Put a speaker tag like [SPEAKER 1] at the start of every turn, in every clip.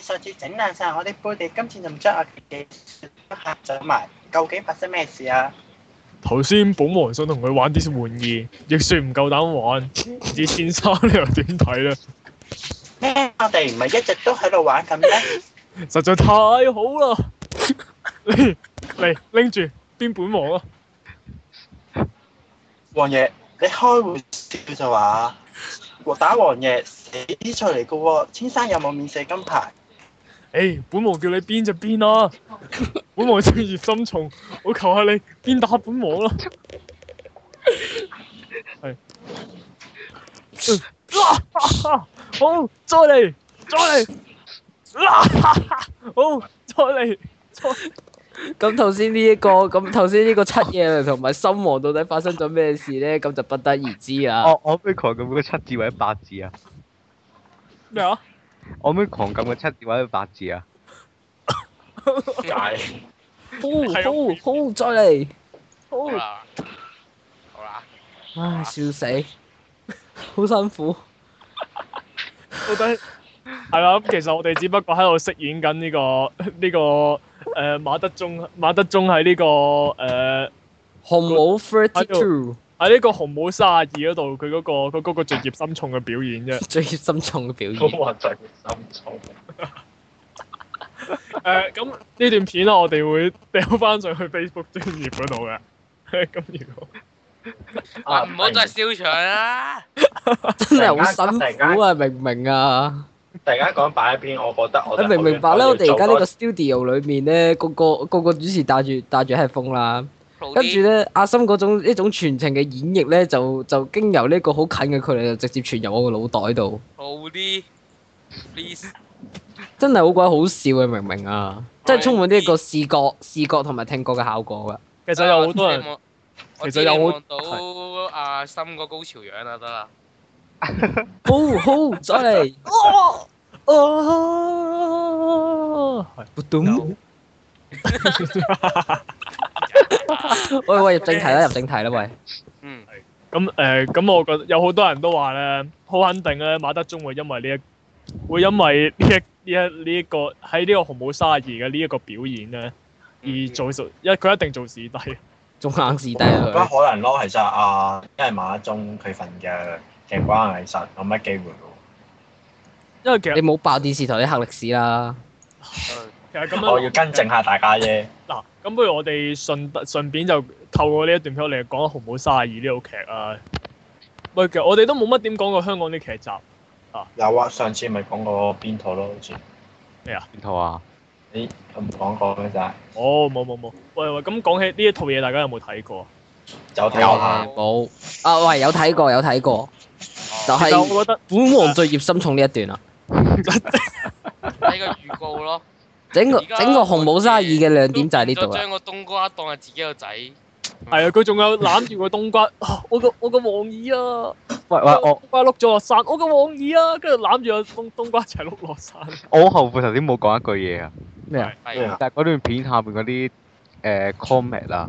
[SPEAKER 1] 上次整爛晒我啲杯，你今次就唔將我技術都嚇走埋，究竟發生咩事啊？
[SPEAKER 2] 頭先保皇想同佢玩啲玩意，亦算唔夠膽玩。唔知先生你又點睇咧？
[SPEAKER 1] 咩？我哋唔係一直都喺度玩緊咩？
[SPEAKER 2] 實在太好啦！嚟嚟拎住邊本王啊？
[SPEAKER 1] 王爺，你開玩笑就話打王爺死啲菜嚟噶喎，先生有冇免死金牌？
[SPEAKER 2] 誒、本王叫你邊就邊啦、本王正熱心重，我求下你邊打本王啦、係。啊！好，再嚟，再嚟。啊！好，再嚟。
[SPEAKER 3] 咁頭先呢一個，咁頭先呢個七夜娘同埋心王到底發生咗咩事咧？咁就不得而知啦。
[SPEAKER 4] 我我可唔可以狂撳個七字或者八字啊？
[SPEAKER 2] 咩啊？
[SPEAKER 4] 我可唔可以狂撳個七字或者八字啊？
[SPEAKER 1] 解？
[SPEAKER 3] 好哦好好，再嚟！
[SPEAKER 5] 好啦，好啦，
[SPEAKER 3] 唉，笑死，好辛苦。
[SPEAKER 2] 到底係啦，咁其實我哋只不過喺度飾演緊呢、個 呢、個誒、呃、馬德鐘馬德鐘喺呢個誒
[SPEAKER 3] 紅帽 thirty two，
[SPEAKER 2] 喺呢個紅帽三廿二嗰度佢嗰個佢嗰個罪孽深重嘅表演啫。
[SPEAKER 3] 最心重嘅表演。
[SPEAKER 6] 話就係心重。
[SPEAKER 2] 誒咁呢段片啊，我哋會 掉翻上去 Facebook 專頁嗰度嘅。 咁如果
[SPEAKER 5] 喂唔好再笑場啦。
[SPEAKER 3] 真係好辛苦啊！明唔明啊？
[SPEAKER 6] 突然間講擺喺邊，我覺得我
[SPEAKER 3] 你明唔明白咧？我哋而家呢個 studio 裏面咧，個個個個主持戴住戴住 headphone 啦，跟住咧阿森嗰種一種全程嘅演繹咧，就就經由呢個好近嘅距離就直接傳入我個腦袋度，
[SPEAKER 5] 好啲，please。
[SPEAKER 3] 真係好鬼好笑嘅，明唔明啊？即係充滿呢一個視覺、視覺同埋聽覺嘅效果啊㗎。
[SPEAKER 2] 其實
[SPEAKER 5] 啊
[SPEAKER 2] 有好多人，
[SPEAKER 5] 人，
[SPEAKER 2] 其實有好
[SPEAKER 5] 望到阿心個高潮樣啦，得啦。
[SPEAKER 3] 好好，再 嚟。
[SPEAKER 2] 哦，係
[SPEAKER 3] 喂喂，入正題啦，入正題啦，喂。
[SPEAKER 5] 嗯，
[SPEAKER 2] 咁誒咁，我覺得有好多人都話咧，好肯定咧，馬德鐘會因為呢一會因為呢一呢一呢一個喺呢個紅帽沙二嘅呢一個表演咧，
[SPEAKER 6] 嗯
[SPEAKER 2] 而做做一佢一定做視帝。
[SPEAKER 3] 仲硬是低
[SPEAKER 6] 不
[SPEAKER 3] 佢，
[SPEAKER 6] 可能咯，其實啊，因為馬中佢份嘅嘅關係，實冇乜機會喎。
[SPEAKER 2] 因為其實
[SPEAKER 3] 你冇爆電視台啲黑歷史啦。
[SPEAKER 2] 其實咁啊樣
[SPEAKER 6] 我哦要更正下大家啫。
[SPEAKER 2] 嗱，咁不如我哋順順便就透過呢一段片，我哋講《紅帽沙二》呢套劇啊。喂，其實我哋都冇乜點講過香港啲劇集。
[SPEAKER 6] 有啊，上次咪講過邊套咯，好似
[SPEAKER 4] 邊套啊？
[SPEAKER 6] 你唔講過嘅咋？
[SPEAKER 2] 哦，冇冇冇。喂喂，咁講起呢一套嘢，大家有冇睇過？啊
[SPEAKER 6] 有睇
[SPEAKER 5] 有
[SPEAKER 6] 下，
[SPEAKER 3] 冇啊？喂，有睇過，有睇過。
[SPEAKER 2] 其
[SPEAKER 3] 就
[SPEAKER 2] 實
[SPEAKER 3] 係
[SPEAKER 2] 我覺得
[SPEAKER 3] 本王最葉心重呢一段啊！
[SPEAKER 5] 睇個預告咯。
[SPEAKER 3] 整個
[SPEAKER 5] 而家
[SPEAKER 3] 整個紅帽沙二嘅亮點就係呢度啊啦。
[SPEAKER 5] 將個冬瓜當係自己個仔。
[SPEAKER 2] 係啊，佢仲有攬住個冬瓜，啊我個我個王二啊，
[SPEAKER 4] 喂喂，
[SPEAKER 2] 個
[SPEAKER 4] 我
[SPEAKER 2] 冬瓜碌咗落山，我個王二啊，跟住攬住個冬冬瓜一齊碌落山。
[SPEAKER 4] 我好後悔頭先冇講一句嘢啊！
[SPEAKER 3] 咩啊？
[SPEAKER 6] 咩
[SPEAKER 5] 係
[SPEAKER 6] 啊
[SPEAKER 4] 但係嗰段片下面嗰啲誒 comment 啊，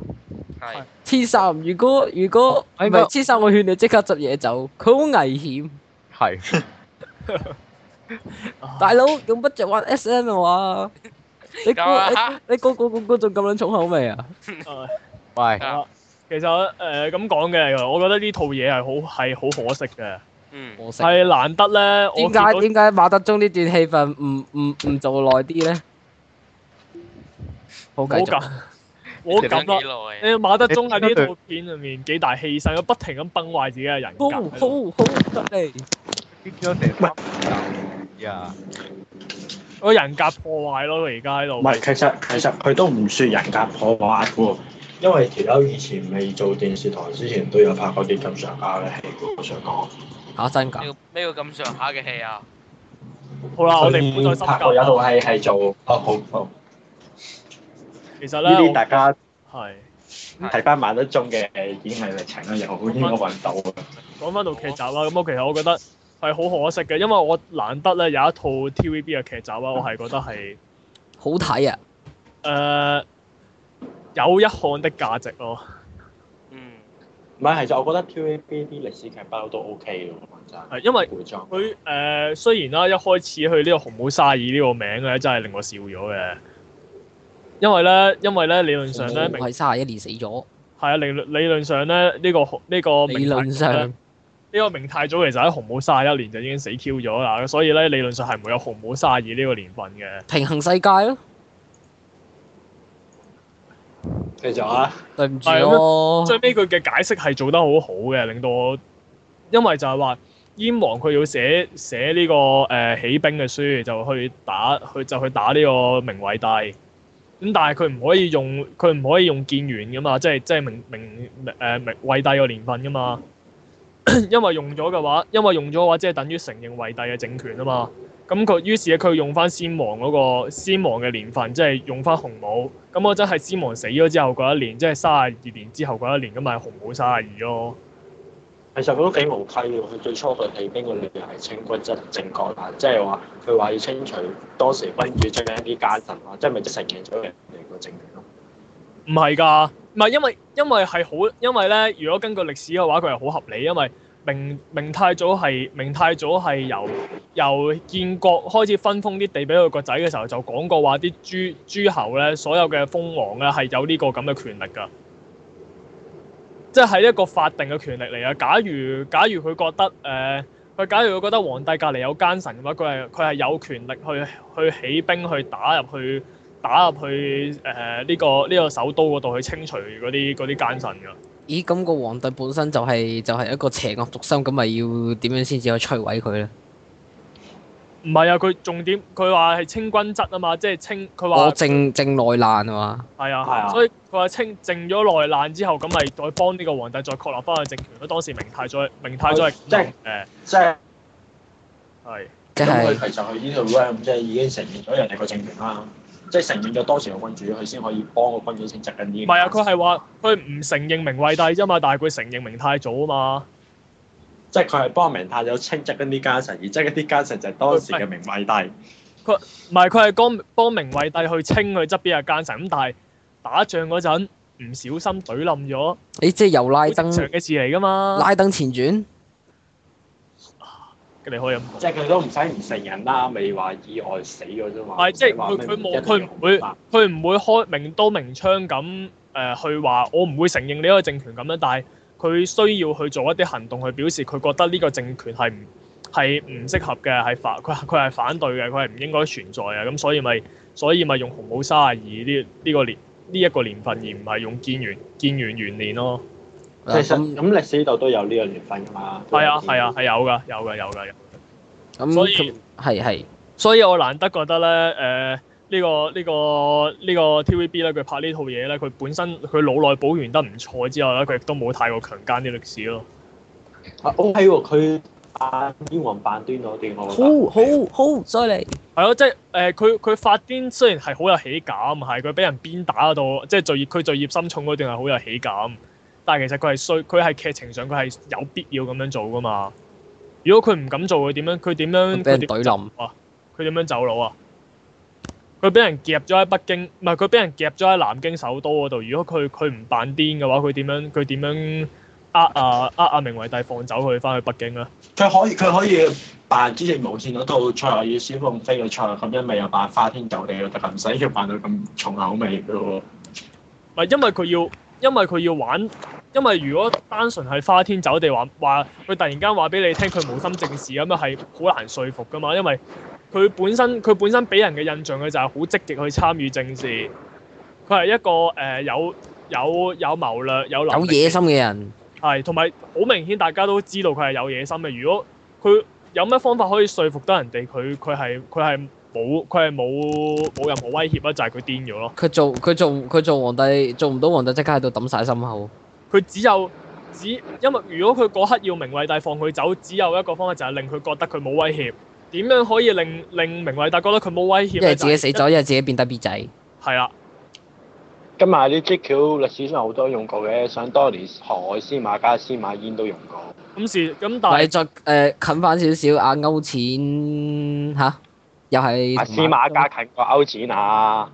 [SPEAKER 5] 係
[SPEAKER 2] 哎
[SPEAKER 3] 黐衫，如果如果唔
[SPEAKER 4] 哎
[SPEAKER 3] 係
[SPEAKER 4] 我
[SPEAKER 3] 黐衫，我勸你即刻執嘢走，佢好危險。
[SPEAKER 4] 係
[SPEAKER 3] 大佬用不着玩 S M 啊嘛？你估
[SPEAKER 5] 咁
[SPEAKER 2] 哎
[SPEAKER 5] 啊
[SPEAKER 3] 你你個個個個仲咁撚重口味啊？
[SPEAKER 2] 啊
[SPEAKER 4] 喂
[SPEAKER 5] 啊
[SPEAKER 2] 其實誒咁講嘅，我覺得呢套嘢係好係好可惜嘅，
[SPEAKER 5] 嗯
[SPEAKER 3] 可惜。
[SPEAKER 2] 係難得咧。我見
[SPEAKER 3] 點
[SPEAKER 2] 到
[SPEAKER 3] 解點解馬德鐘呢段戲份唔唔唔做耐啲咧？
[SPEAKER 2] 我
[SPEAKER 3] 好繼續。
[SPEAKER 2] 咁，我
[SPEAKER 4] 你哋
[SPEAKER 2] 咁啦。
[SPEAKER 5] 啦
[SPEAKER 2] 誒馬德鐘喺呢套片裏面幾大犧牲，佢不停咁崩壞自己嘅人格
[SPEAKER 3] 好
[SPEAKER 2] 喺度。
[SPEAKER 3] 好好得嚟。
[SPEAKER 4] 跌咗成三集啊！
[SPEAKER 2] 個人格破壞咯，佢而家喺度。
[SPEAKER 1] 唔係，其實其實佢都唔算人格破壞喎，
[SPEAKER 6] 因為條友以前未做電視台之前都有拍過啲咁上下嘅戲，我想講。
[SPEAKER 3] 嚇真
[SPEAKER 5] 呢
[SPEAKER 3] 㗎？
[SPEAKER 5] 個呢個咁上下嘅戲啊，
[SPEAKER 2] 好
[SPEAKER 6] 哦
[SPEAKER 2] 啦，我哋唔好再深
[SPEAKER 6] 拍過有
[SPEAKER 2] 究。
[SPEAKER 6] 套戲係做啊好好，
[SPEAKER 2] 其實
[SPEAKER 6] 呢啲
[SPEAKER 2] 咧，
[SPEAKER 6] 大家
[SPEAKER 2] 我係
[SPEAKER 6] 睇翻馬德鐘嘅演藝歷程啦，又好應該揾到嘅。
[SPEAKER 2] 講翻到劇集啦。咁我其實我覺得係好可惜嘅，因為我難得咧有一套 TVB 嘅劇集啦，我係覺得係誒、
[SPEAKER 3] 好睇啊！
[SPEAKER 2] 呃有一項的價值咯。
[SPEAKER 5] 嗯，
[SPEAKER 6] 唔係，其實我覺得 TVB 啲歷史劇包都 OK 嘅喎，真
[SPEAKER 2] 係因為
[SPEAKER 6] 古裝
[SPEAKER 2] 佢誒、呃、雖然啦，一開始佢呢個紅帽沙爾呢個名咧，真係令我笑咗嘅。因為咧，因為咧理論上咧，明係
[SPEAKER 3] 係三十一年死咗，
[SPEAKER 2] 啊，理論理論上咧，呢、個紅呢、個
[SPEAKER 3] 理
[SPEAKER 2] 明太
[SPEAKER 3] 論上
[SPEAKER 2] 呢個明太祖其實喺紅帽沙一年就已經死 Q 咗啦，所以咧理論上係唔會有紅帽沙爾呢個年份嘅。
[SPEAKER 3] 平衡世界咯，
[SPEAKER 6] 繼續啊，
[SPEAKER 3] 對唔住咯。
[SPEAKER 2] 最尾佢嘅解釋係做得好好嘅，令到我因為就係話燕王佢要寫寫呢、個誒、呃起兵嘅書，就去打去就去打呢個明惠帝。咁但係佢唔可以用佢唔可以用建元噶嘛，即係即係明明誒、呃明惠帝個年份噶嘛。 因為用咗嘅話，因為用咗嘅話，即係等於承認惠帝嘅政權啊嘛。咁佢於是佢用翻先王嗰、個先王嘅年份，即係用翻紅帽。咁我真係先王死咗之後嗰一年，即係三十二年之後嗰一年，咁咪紅帽三十二咯。
[SPEAKER 6] 其實佢都幾無稽喎。佢最初佢起兵嘅理由係清軍執政國難，即係話佢話要清除當時君主中間啲奸臣啊，即係咪即係承認咗人哋個政權咯？
[SPEAKER 2] 唔係㗎，唔係因為因為係好，因為咧，如果根據歷史嘅話，佢係好合理，因為明明太祖係明太祖係由由建國開始分封啲地俾佢個仔嘅時候，就講過話啲諸諸侯咧，所有嘅封王咧係有呢個咁嘅權力㗎，即係一個法定嘅權力嚟啊！假如假如佢覺得誒，佢、假如佢覺得皇帝隔離有奸臣嘅話，佢係佢係有權力去去起兵去打入去。打入去呃誒呢、個呢、個首都嗰度去清除嗰啲嗰啲奸臣㗎。
[SPEAKER 3] 咦，咁個皇帝本身就係就係一個邪惡毒心，咁咪要點樣先至可以摧毀佢咧？
[SPEAKER 2] 唔係啊，佢重點佢話係清君質啊嘛，即係清佢
[SPEAKER 3] 我
[SPEAKER 2] 話
[SPEAKER 3] 正正內難啊嘛，
[SPEAKER 2] 係
[SPEAKER 6] 哦係啊
[SPEAKER 2] 啊，所以佢話清淨咗內難之後，咁咪再幫呢個皇帝再確立翻佢政權咯。當時明太祖明太祖係
[SPEAKER 6] 哦即係
[SPEAKER 2] 誒
[SPEAKER 6] 即係
[SPEAKER 2] 係
[SPEAKER 3] 即
[SPEAKER 6] 咁佢
[SPEAKER 3] 係
[SPEAKER 6] 其實佢呢度 RAM 即係已經承認咗人哋個政權啦，即係承認咗當時個君主，佢先可以幫個君主清執緊啲。
[SPEAKER 2] 唔係啊？佢係話佢唔承認明惠帝啫嘛，但係佢承認明太祖啊嘛。
[SPEAKER 6] 即係佢係幫明太祖清執緊啲奸臣，而即係啲奸臣就係當時嘅明惠帝。
[SPEAKER 2] 唔係佢係幫幫明惠帝去清佢側邊嘅奸臣，咁但係打仗嗰陣唔小心懟冧咗，
[SPEAKER 3] 你即係由拉
[SPEAKER 2] 好正常
[SPEAKER 3] 登
[SPEAKER 2] 嘅事嚟㗎嘛。
[SPEAKER 3] 拉登前傳，
[SPEAKER 2] 你可以咁講。
[SPEAKER 6] 即係佢都唔使唔承認啦，咪話意外死咗啫嘛。
[SPEAKER 2] 係即係
[SPEAKER 6] 唔使話咩
[SPEAKER 2] 佢佢冇
[SPEAKER 6] 一定要
[SPEAKER 2] 佢唔會
[SPEAKER 6] 紅白
[SPEAKER 2] 佢唔會開明刀明槍咁誒、呃去話我唔會承認呢個政權咁樣，但係佢需要去做一啲行動去表示佢覺得呢個政權係唔係唔適合嘅，係反 佢佢係反對嘅，佢係唔應該存在嘅，咁所以咪所以咪用紅帽三廿二呢呢個年呢一、個年份，而唔係用建元建元元年咯。
[SPEAKER 6] 其
[SPEAKER 3] 嗱
[SPEAKER 6] 實
[SPEAKER 3] 啊咁
[SPEAKER 6] 啊咁歷史度都有呢個年份㗎嘛。
[SPEAKER 2] 係啊係啊係有㗎有㗎有㗎有。
[SPEAKER 3] 咁
[SPEAKER 2] 所以
[SPEAKER 3] 咁係係
[SPEAKER 2] 所以我難得覺得咧，誒、呢、個呢、個呢、個 TVB 咧，佢拍呢套嘢咧，佢本身佢腦內補完得唔錯之後咧，佢亦都冇太過強姦啲歷史咯。
[SPEAKER 6] 啊。OK 喎，佢扮英皇扮端嗰段，我覺得
[SPEAKER 3] 好好好犀利，
[SPEAKER 2] 係咯，即係誒，佢佢發癲雖然係好有喜感，係佢俾人鞭打到，即係罪孽佢罪孽深重嗰段係好有喜感，但係其實佢係衰，佢係劇情上佢係有必要咁樣做噶嘛。如果佢唔敢做，佢點樣？佢點樣？
[SPEAKER 3] 俾
[SPEAKER 2] 佢
[SPEAKER 3] 人
[SPEAKER 2] 點
[SPEAKER 3] 懟冧，
[SPEAKER 2] 佢點樣走佬啊？佢俾人夾咗喺北京，唔係佢俾人夾咗喺南京首都嗰度。如果佢佢唔扮癲嘅話，佢點樣佢點樣呃啊呃啊明惠帝放走佢翻去北京啊咧？
[SPEAKER 6] 佢可以佢可以扮《知政無線》嗰套蔡樂與小鳳飛嘅蔡樂咁欣，咪又扮花天酒地咯，但係唔使要扮到咁重口味嘅喎。
[SPEAKER 2] 唔係因為佢要，因為佢要玩，因為如果單純係花天酒地話話，佢突然間話俾你聽佢無心政事咁樣係好難說服噶嘛，因為佢本身佢本身俾人嘅印象佢就係好積極去參與政事，佢係一個誒、呃有有有謀略有能
[SPEAKER 3] 有
[SPEAKER 2] 力嘅
[SPEAKER 3] 野心嘅人，
[SPEAKER 2] 係，同埋好明顯，大家都知道佢係有野心嘅。如果佢有咩方法可以說服得人哋，佢佢係佢係冇佢係冇冇任何威脅啊，就係佢癲咗咯。
[SPEAKER 3] 佢做佢做佢做皇帝做唔到皇帝，即刻喺度抌晒心口。
[SPEAKER 2] 佢只有只因為如果佢嗰刻要明惠帝放佢走，只有一個方法就係令佢覺得佢冇威脅。點樣可以令令明惠帝覺得佢冇威脅
[SPEAKER 3] 一係
[SPEAKER 2] 咧？
[SPEAKER 3] 自己死
[SPEAKER 2] 就係
[SPEAKER 3] 咗，一係自己變得 B 仔。
[SPEAKER 2] 係啦，
[SPEAKER 6] 今日啊啲 GQ 歷史上好多用過嘅，想當年河海司馬家司馬煙都用過。
[SPEAKER 2] 咁是咁，但
[SPEAKER 3] 嗱，你
[SPEAKER 2] 係
[SPEAKER 3] 再誒近翻少少啊，勾錢吓，又係
[SPEAKER 6] 阿司馬家近過歐展啊！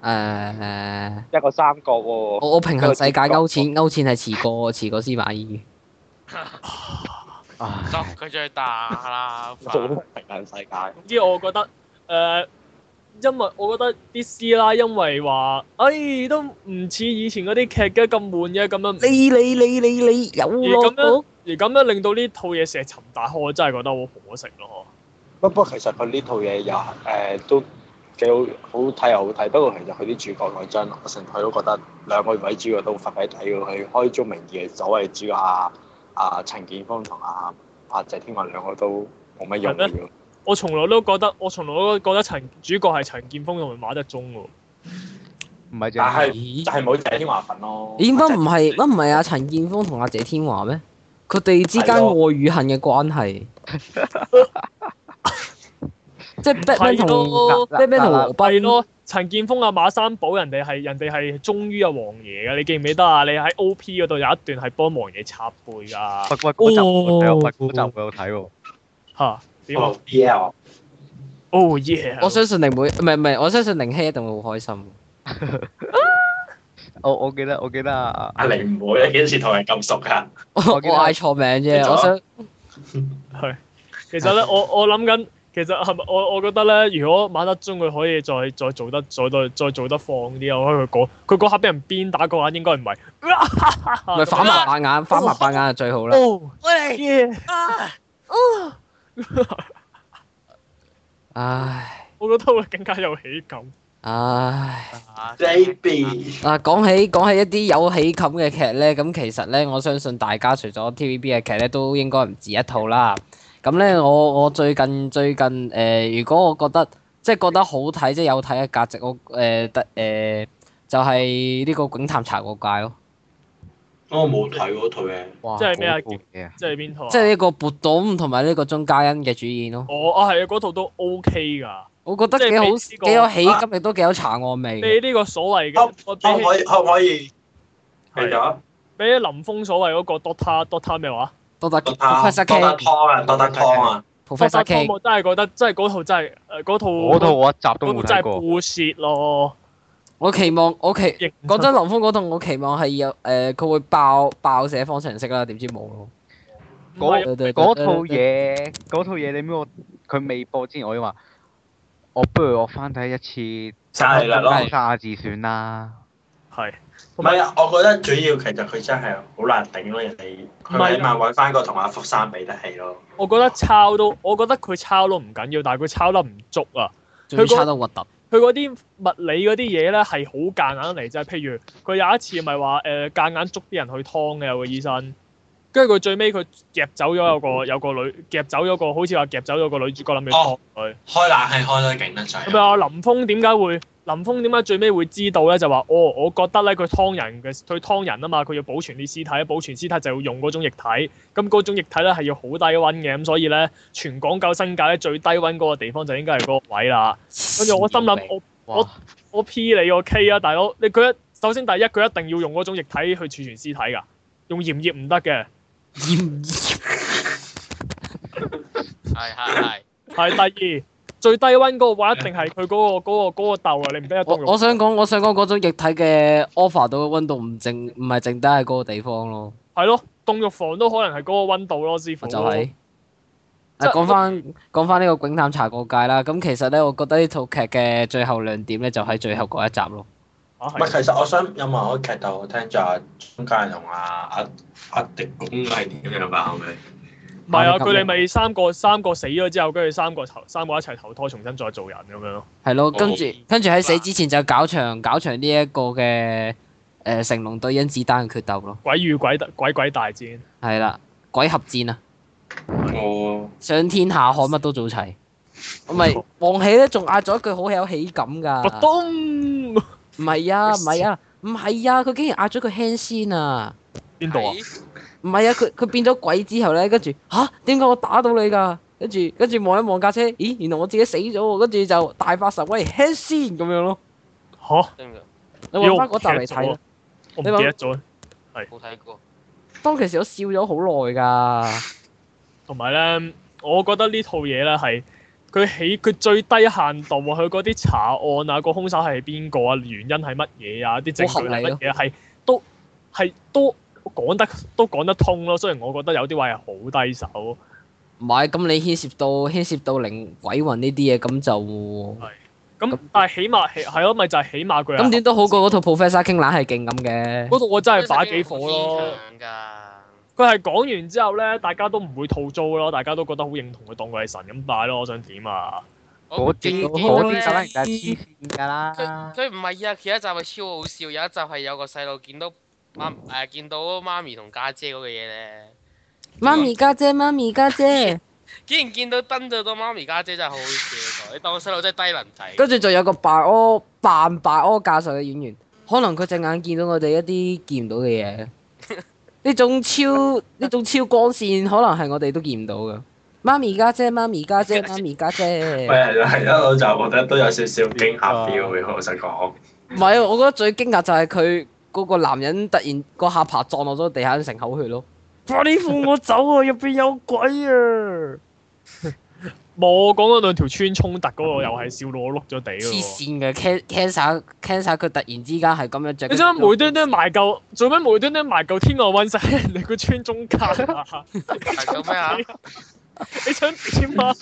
[SPEAKER 3] 呃誒，
[SPEAKER 7] 一個三角喎、
[SPEAKER 3] 我我平衡世界勾錢，勾錢係遲過遲過司馬懿。
[SPEAKER 4] 唉
[SPEAKER 5] 得佢最大啦，
[SPEAKER 6] 做乜平衡世界？
[SPEAKER 2] 之我覺得誒、呃因為我覺得啲師奶因為話，哎都唔似以前嗰啲劇嘅咁悶嘅咁樣，
[SPEAKER 3] 你你你你你有
[SPEAKER 2] 而
[SPEAKER 3] 落
[SPEAKER 2] 咁樣
[SPEAKER 3] 到？
[SPEAKER 2] 而咁樣令到呢套嘢石沉大海，我真係覺得好可惜咯。
[SPEAKER 6] 不不過其實佢呢套嘢又係誒都幾好好睇又好睇，不過其實佢啲主角講真，啊我成日都覺得兩個位主角都發鬼睇喎。佢開宗明義嘅所謂主角啊啊陳建峰同啊阿謝天華兩個都冇乜用
[SPEAKER 2] 係
[SPEAKER 6] 嘅
[SPEAKER 2] 咩
[SPEAKER 6] 喎。
[SPEAKER 2] 我從來都覺得，我從來都覺得陳主角係陳建峰同埋馬德鐘喎。
[SPEAKER 4] 唔係
[SPEAKER 6] 但
[SPEAKER 4] 正
[SPEAKER 6] 係
[SPEAKER 3] 咦
[SPEAKER 6] 就係冇謝天華份咯。
[SPEAKER 3] 咦乜唔係乜唔係啊？陳建峰同阿謝天華咩？佢哋之間
[SPEAKER 6] 係咯
[SPEAKER 3] 愛與恨嘅關係，即係 Batman 同
[SPEAKER 2] 咯
[SPEAKER 3] Batman 同羅
[SPEAKER 2] 係
[SPEAKER 3] 賓咯。
[SPEAKER 2] 咯，陳建峰啊馬三寶人哋係人哋係忠於阿王爺嘅，你記唔記得啊？你喺 O.P. 嗰度有一段係幫王爺插背㗎
[SPEAKER 4] 喂喂嗰集我睇喎，喂
[SPEAKER 2] 哦
[SPEAKER 4] 嗰集我有睇喎。
[SPEAKER 2] 嚇點啊
[SPEAKER 6] 哦 BL
[SPEAKER 2] ？Oh yeah！
[SPEAKER 3] 我相信寧妹唔係唔係，我相信寧希一定會好開心。
[SPEAKER 4] 我我記得我記得啊，
[SPEAKER 6] 阿玲唔會，你幾時同人咁熟啊㗎？
[SPEAKER 3] 我
[SPEAKER 4] 我
[SPEAKER 3] 我
[SPEAKER 4] 記得
[SPEAKER 3] 嗌錯名啫，
[SPEAKER 6] 咗
[SPEAKER 3] 我想
[SPEAKER 2] 其實咧，我我諗緊，其實係咪我我覺得咧，如果馬德鐘佢可以再再做得再再再做得放啲啊，我覺得佢嗰佢嗰刻俾人鞭打嗰下應該唔係，
[SPEAKER 3] 唔係反白白眼，反白白眼就最好啦。
[SPEAKER 2] 哦，yeah，
[SPEAKER 3] 唉
[SPEAKER 2] 我覺得會更加有喜感。
[SPEAKER 3] 唉，
[SPEAKER 5] 啊
[SPEAKER 6] Baby，
[SPEAKER 3] 嗱講起講起一啲有喜感嘅劇咧，咁其實咧，我相信大家除咗 TVB 嘅劇咧，都應該唔止一套啦。咁咧，我我最近最近誒、呃如果我覺得即係覺得好睇，即係有睇嘅價值，我誒得誒就係、呢個《警探查過界》咯。
[SPEAKER 6] 我冇睇嗰套嘢。
[SPEAKER 4] 哇
[SPEAKER 2] 即係咩啊
[SPEAKER 4] 好攰嘅
[SPEAKER 2] 即係邊套啊？
[SPEAKER 3] 即係呢個撥董同埋呢個鐘嘉欣嘅主演咯，
[SPEAKER 2] 我啊係啊，嗰套都 OK 㗎。
[SPEAKER 3] 我覺得
[SPEAKER 2] 即係
[SPEAKER 3] 幾好，
[SPEAKER 2] 俾呢個
[SPEAKER 3] 幾有喜感，亦都幾有查案味嘅。
[SPEAKER 2] 你呢個所謂
[SPEAKER 6] 可
[SPEAKER 2] 嘅，我
[SPEAKER 6] 可唔可以
[SPEAKER 2] 比
[SPEAKER 6] 可唔可以？
[SPEAKER 2] 係
[SPEAKER 6] 繼續啊！
[SPEAKER 2] 比起林峰所謂嗰個 Dota Dota 咩話
[SPEAKER 3] 多得
[SPEAKER 6] 多打
[SPEAKER 3] Professor
[SPEAKER 6] 多打
[SPEAKER 3] K，Professor
[SPEAKER 6] 湯啊，多打湯啊！
[SPEAKER 2] Dota
[SPEAKER 3] K，
[SPEAKER 2] Tom，我真係覺得真係嗰套真係誒嗰套
[SPEAKER 4] 嗰套我一集都
[SPEAKER 2] 嗰套
[SPEAKER 4] 冇
[SPEAKER 2] 真
[SPEAKER 4] 睇
[SPEAKER 2] 係
[SPEAKER 4] 過。
[SPEAKER 2] 布泄咯。
[SPEAKER 3] 我期望我期
[SPEAKER 2] 認
[SPEAKER 3] 講真，林峰嗰度我期望係有誒，佢會爆爆寫方程式啦，點知冇咯。
[SPEAKER 2] 唔係啊
[SPEAKER 3] 對對對
[SPEAKER 4] 嗰套嘢，嗰套嘢你咩？我佢未播之前，我已經話我不如我翻睇一次
[SPEAKER 6] 真係啦咯，
[SPEAKER 4] 沙字算啦。
[SPEAKER 2] 係
[SPEAKER 6] 唔係啊！我覺得主要其實佢真係好難頂咯，人哋
[SPEAKER 2] 唔係
[SPEAKER 6] 佢起碼揾翻個同阿福山比得起咯。
[SPEAKER 2] 我覺得抄都，我覺得佢抄都唔緊要，但係佢抄得唔足啊。
[SPEAKER 3] 仲要
[SPEAKER 2] 佢嗰
[SPEAKER 3] 差得核突。
[SPEAKER 2] 佢嗰啲物理嗰啲嘢咧係好夾硬嚟，就係譬如佢有一次咪話誒夾硬捉啲人去劏嘅有個醫生，跟住佢最尾佢夾走咗有個有個女夾走咗個好似話夾走咗個女主角諗住劏
[SPEAKER 6] 哦
[SPEAKER 2] 佢。
[SPEAKER 6] 開冷氣開得勁得
[SPEAKER 2] 咁
[SPEAKER 6] 滯。
[SPEAKER 2] 啊，林峰點解會林峰點解最尾會知道咧？就話哦，我覺得咧佢劏人嘅，佢劏人啊嘛，佢要保存啲屍體，保存屍體就要用嗰種液體。咁嗰種液體咧係要好低温嘅，咁所以咧全港九新界咧最低温嗰個地方就應該係嗰個位啦。跟住我心諗，我
[SPEAKER 4] 哇！
[SPEAKER 2] 我 P 你個 K 啊，大佬！你佢一首先第一，佢一定要用嗰種液體去儲存屍體㗎，用鹽液唔得嘅。
[SPEAKER 5] 係係係，
[SPEAKER 2] 係第二，最低温嗰個位一定係佢嗰個嗰、個嗰、個竇啊，你唔得一
[SPEAKER 3] 我
[SPEAKER 2] 凍肉
[SPEAKER 3] 我想講，我想講嗰種液體嘅 offer 到嘅温度唔淨唔係淨低喺嗰個地方咯，
[SPEAKER 2] 係咯，凍肉房都可能係嗰個温度咯，師傅。
[SPEAKER 3] 就係、
[SPEAKER 2] 哦即
[SPEAKER 3] 啊
[SPEAKER 2] 係
[SPEAKER 3] 講翻講翻呢個《警探查過界》啦，咁其實咧，我覺得呢套劇嘅最後亮點咧，就喺最後嗰一集咯。
[SPEAKER 2] 啊
[SPEAKER 6] 唔
[SPEAKER 2] 係
[SPEAKER 6] 係，其實我想有冇我劇度聽就係中間同阿阿阿迪公係點樣吧後尾？
[SPEAKER 2] 唔係啊，
[SPEAKER 3] 啊你咁
[SPEAKER 2] 佢哋
[SPEAKER 3] 樣
[SPEAKER 2] 咪三個三個死咗之後，跟住三個投三個一齊投胎，重新再做人咁樣咯。
[SPEAKER 3] 係咯，跟
[SPEAKER 2] 哦
[SPEAKER 3] 住跟住喺死
[SPEAKER 5] 哇
[SPEAKER 3] 之前就搞場搞場呢一個嘅誒、呃成龍對甄子丹嘅決鬥咯，
[SPEAKER 2] 鬼與鬼大鬼鬼大戰，
[SPEAKER 3] 係啦，鬼合戰啊，
[SPEAKER 6] 哦，
[SPEAKER 3] 上天下海乜都做齊。唔係
[SPEAKER 2] 哦
[SPEAKER 3] 王喜咧，仲嗌咗一句好有喜感
[SPEAKER 2] 噗
[SPEAKER 3] 㗎。
[SPEAKER 2] 咚
[SPEAKER 3] 唔係啊，唔係啊，唔係啊，佢竟然嗌咗佢 hand 先啊！
[SPEAKER 2] 邊度啊？
[SPEAKER 5] 係
[SPEAKER 3] 唔係啊，佢佢變咗鬼之後咧，跟住吓點解我打到你㗎？跟住跟住望一望架車，咦，原來我自己死咗喎！跟住就大發神威 hand 先咁樣咯。
[SPEAKER 2] 嚇！
[SPEAKER 5] 哎真㗎，
[SPEAKER 3] 你
[SPEAKER 2] 咦
[SPEAKER 3] 揾
[SPEAKER 2] 我
[SPEAKER 3] 翻嗰集嚟
[SPEAKER 2] 唔記得咗
[SPEAKER 3] 睇啦
[SPEAKER 2] 啊。我唔
[SPEAKER 3] 你話
[SPEAKER 2] 記得咗。
[SPEAKER 5] 冇睇過。
[SPEAKER 3] 當其時我笑咗好耐㗎。
[SPEAKER 2] 同埋咧，我覺得呢套嘢咧係佢起佢最低限度啊，佢嗰啲查案啊，個兇手係邊個啊，原因係乜嘢啊，啲證據係乜嘢啊係都係都講得都講得通咯。雖然我覺得有啲位係好低手，
[SPEAKER 3] 唔係，咁你牽涉到牽涉到靈鬼魂呢啲嘢，咁就
[SPEAKER 2] 咁但係起碼係係咯，咪就係起碼佢係
[SPEAKER 3] 咁點都好過嗰套 Professor King 懶係勁咁嘅。
[SPEAKER 2] 嗰度我真係把幾火咯。
[SPEAKER 5] 好牽強㗎。
[SPEAKER 2] 佢係講完之後咧，大家都唔會套租咯，大家都覺得好認同佢當佢係神咁大咯。我想點啊？
[SPEAKER 4] 嗰
[SPEAKER 5] 我
[SPEAKER 4] 啲
[SPEAKER 5] 勁
[SPEAKER 4] 嗰
[SPEAKER 5] 驚
[SPEAKER 4] 啲
[SPEAKER 5] 咧
[SPEAKER 4] 就係黐線㗎啦
[SPEAKER 5] 佢。佢唔係啊，其他集係超好笑，有一集係有個細路見到媽誒見到媽咪同家姐嗰個嘢咧，
[SPEAKER 3] 媽咪家姐，媽咪家姐，
[SPEAKER 5] 竟然見到登咗到媽咪家姐真係好好笑，你當個細路真係低能 仔。
[SPEAKER 3] 跟住仲有個扮柯扮扮柯教授嘅演員，可能佢隻眼見到我哋一啲見唔到嘅嘢， 呢種超呢種超光線，可能係我哋都見唔到嘅。媽咪家姐，媽咪家 姐，媽咪家姐
[SPEAKER 6] 喂，。係啦，係啦，我就覺得都有少少驚嚇 feel 嘅，老實講。
[SPEAKER 3] 唔係啊，我覺得最驚訝就係佢嗰個男人突然個下巴撞落咗地下，成口血咯。
[SPEAKER 2] 快啲放我走啊！入邊有鬼啊！冇講嗰兩條村衝突嗰個又係笑到我碌咗地
[SPEAKER 3] 黐
[SPEAKER 2] 喎。
[SPEAKER 3] 線嘅 can- cancer cancer 佢突然之間係咁樣着。
[SPEAKER 2] 你做乜無端端埋嚿？做乜無端端埋嚿天外隕石喺 人哋個村中間啊？
[SPEAKER 5] 係做咩啊？
[SPEAKER 2] 你想點啊？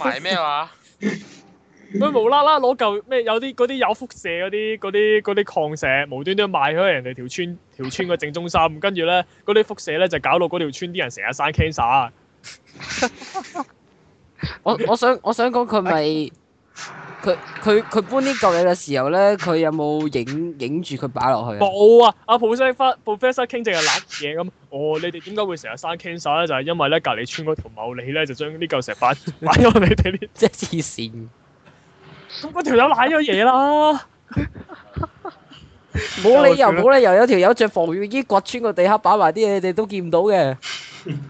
[SPEAKER 5] 埋咩話？
[SPEAKER 2] 佢無啦啦攞嚿咩？有啲嗰啲有輻射嗰啲嗰啲嗰啲礦石，無端端賣咗人哋條村條村個正中心， 跟住咧嗰啲輻射咧就搞到嗰條村啲人成日生 cancer。啊
[SPEAKER 3] 我我想我想講佢咪佢佢佢搬呢嚿嘢嘅時候咧，佢有冇影影住佢擺落去啊？
[SPEAKER 2] 冇啊！阿 professor professor 傾淨係攬嘢咁。哦，你哋點解會成日生 cancer 啊咧？就係、因為咧隔離村嗰條茂利咧就將呢嚿石板擺 咗你哋呢。
[SPEAKER 3] 即係黐線，
[SPEAKER 2] 咁嗰條友攋咗嘢啦。
[SPEAKER 3] 冇理由冇理由有條友着防禦衣掘穿個地下擺埋啲嘢，你哋都見唔到嘅。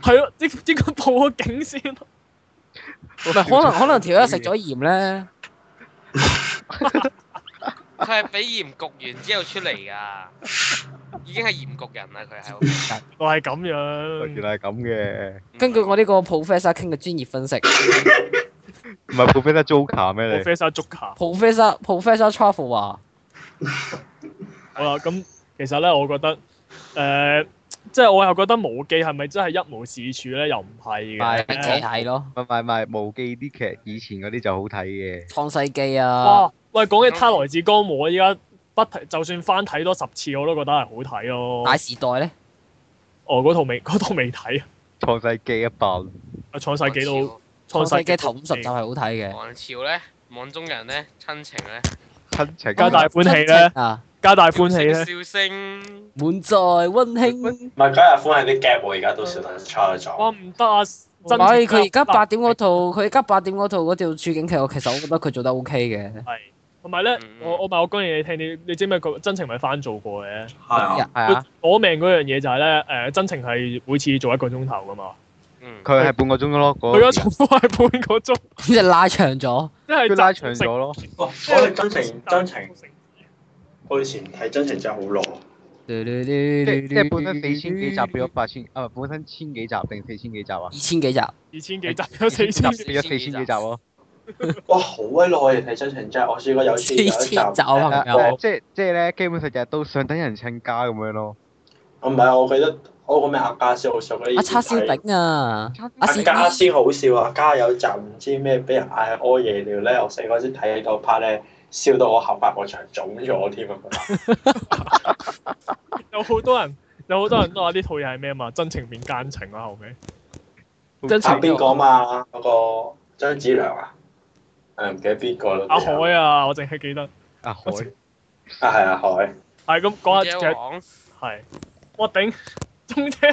[SPEAKER 2] 係咯，應應該報咗警先。
[SPEAKER 3] 唔係可能可能條友食咗鹽咧，
[SPEAKER 5] 佢係俾鹽焗完之後出嚟㗎，已經係鹽焗人啦，佢係。
[SPEAKER 2] 我係咁
[SPEAKER 4] 原
[SPEAKER 2] 樣。
[SPEAKER 4] 來係咁嘅，
[SPEAKER 3] 根據我呢個 professor 傾嘅專業分析
[SPEAKER 4] 唔係 Professor Joker 咩你？
[SPEAKER 2] professor 捉卡。
[SPEAKER 3] ，professor professor Truffle 話。
[SPEAKER 2] 好啦，咁其實咧，我覺得誒、呃即係我又覺得無記係咪真係一無是處咧？又唔係
[SPEAKER 4] 係
[SPEAKER 3] 咪
[SPEAKER 2] 嘅。
[SPEAKER 3] 係咯，
[SPEAKER 4] 唔係唔係，無記啲劇以前嗰啲就好睇嘅。
[SPEAKER 3] 創世記啊，
[SPEAKER 2] 哇！喂，講起他來自江湖，我依家不提，就算翻睇多十次，我都覺得係好睇咯。
[SPEAKER 3] 大時代咧，
[SPEAKER 2] 哦，嗰套未， 嗰套未睇啊！
[SPEAKER 4] 創世記一爆，
[SPEAKER 2] 啊創
[SPEAKER 5] 嗯
[SPEAKER 2] 世紀都，
[SPEAKER 3] 啊創世記
[SPEAKER 2] 紀
[SPEAKER 3] 頭五十集係好睇嘅。
[SPEAKER 5] 王朝咧，網中人咧，親情咧，
[SPEAKER 4] 親情
[SPEAKER 2] 皆大歡喜咧，
[SPEAKER 3] 啊，
[SPEAKER 2] 皆大歡喜咧。
[SPEAKER 5] 笑聲。
[SPEAKER 3] 滿載温馨。
[SPEAKER 6] 唔係，今日歡喜啲 gap 我而家都少得出
[SPEAKER 2] 哇，
[SPEAKER 6] 咗。
[SPEAKER 2] 唔得啊！
[SPEAKER 3] 唔
[SPEAKER 2] 真
[SPEAKER 3] 係佢而家八點嗰套，佢而家八點嗰套嗰條處境劇，我其實我覺得佢做得 OK 嘅。
[SPEAKER 2] 係，同埋咧，
[SPEAKER 5] 嗯
[SPEAKER 2] 我我咪我講嘢你聽，你你知唔知佢真情咪翻做過嘅？
[SPEAKER 6] 係啊，
[SPEAKER 4] 係啊，
[SPEAKER 2] 攞命嗰樣嘢就係咧，誒真情係每次做一個鐘頭噶嘛，
[SPEAKER 5] 嗯。
[SPEAKER 4] 佢係半個鐘咯，嗰
[SPEAKER 2] 佢而家重複係半個鐘，
[SPEAKER 3] 即係拉長咗，
[SPEAKER 2] 即係
[SPEAKER 4] 佢拉長咗咯。
[SPEAKER 6] 哇！我哋真情真情，我以前睇真情真係好耐。
[SPEAKER 4] 即係即係本身四千幾集變咗八千，啊唔係本身千幾集定四千幾集啊？
[SPEAKER 3] 二千幾集，
[SPEAKER 2] 二千幾集有四 千
[SPEAKER 5] 集
[SPEAKER 2] 幾，
[SPEAKER 4] 變咗四千幾集咯。
[SPEAKER 6] 哇！好鬼耐嘅睇真情真係，我試過有次
[SPEAKER 3] 四
[SPEAKER 6] 有一
[SPEAKER 3] 千
[SPEAKER 6] 集，
[SPEAKER 3] 集啊，朋友。
[SPEAKER 4] 即係即係咧，基本上日日都上等人稱家咁樣咯。
[SPEAKER 6] 我唔係我記得我個咩啊阿家先好笑嗰啲。
[SPEAKER 3] 阿叉燒餅啊，阿
[SPEAKER 6] 阿
[SPEAKER 3] 師
[SPEAKER 6] 家先好笑啊！家有集唔知咩俾人嗌屙夜尿咧，我細個先睇到 part 咧，笑到我後白個牆腫咗添 啊！
[SPEAKER 2] 有好多人有好多人都話呢套嘢係咩嘛？真情變奸情啦，後尾
[SPEAKER 4] 真
[SPEAKER 6] 阿邊個啊嘛？嗰個張子良啊？誒唔記得邊個啦。
[SPEAKER 2] 阿海啊，我淨係記得
[SPEAKER 4] 阿海，
[SPEAKER 6] 啊係阿海，
[SPEAKER 2] 係咁講下
[SPEAKER 5] 姐
[SPEAKER 2] 其實
[SPEAKER 5] 王
[SPEAKER 2] 係我頂 中車。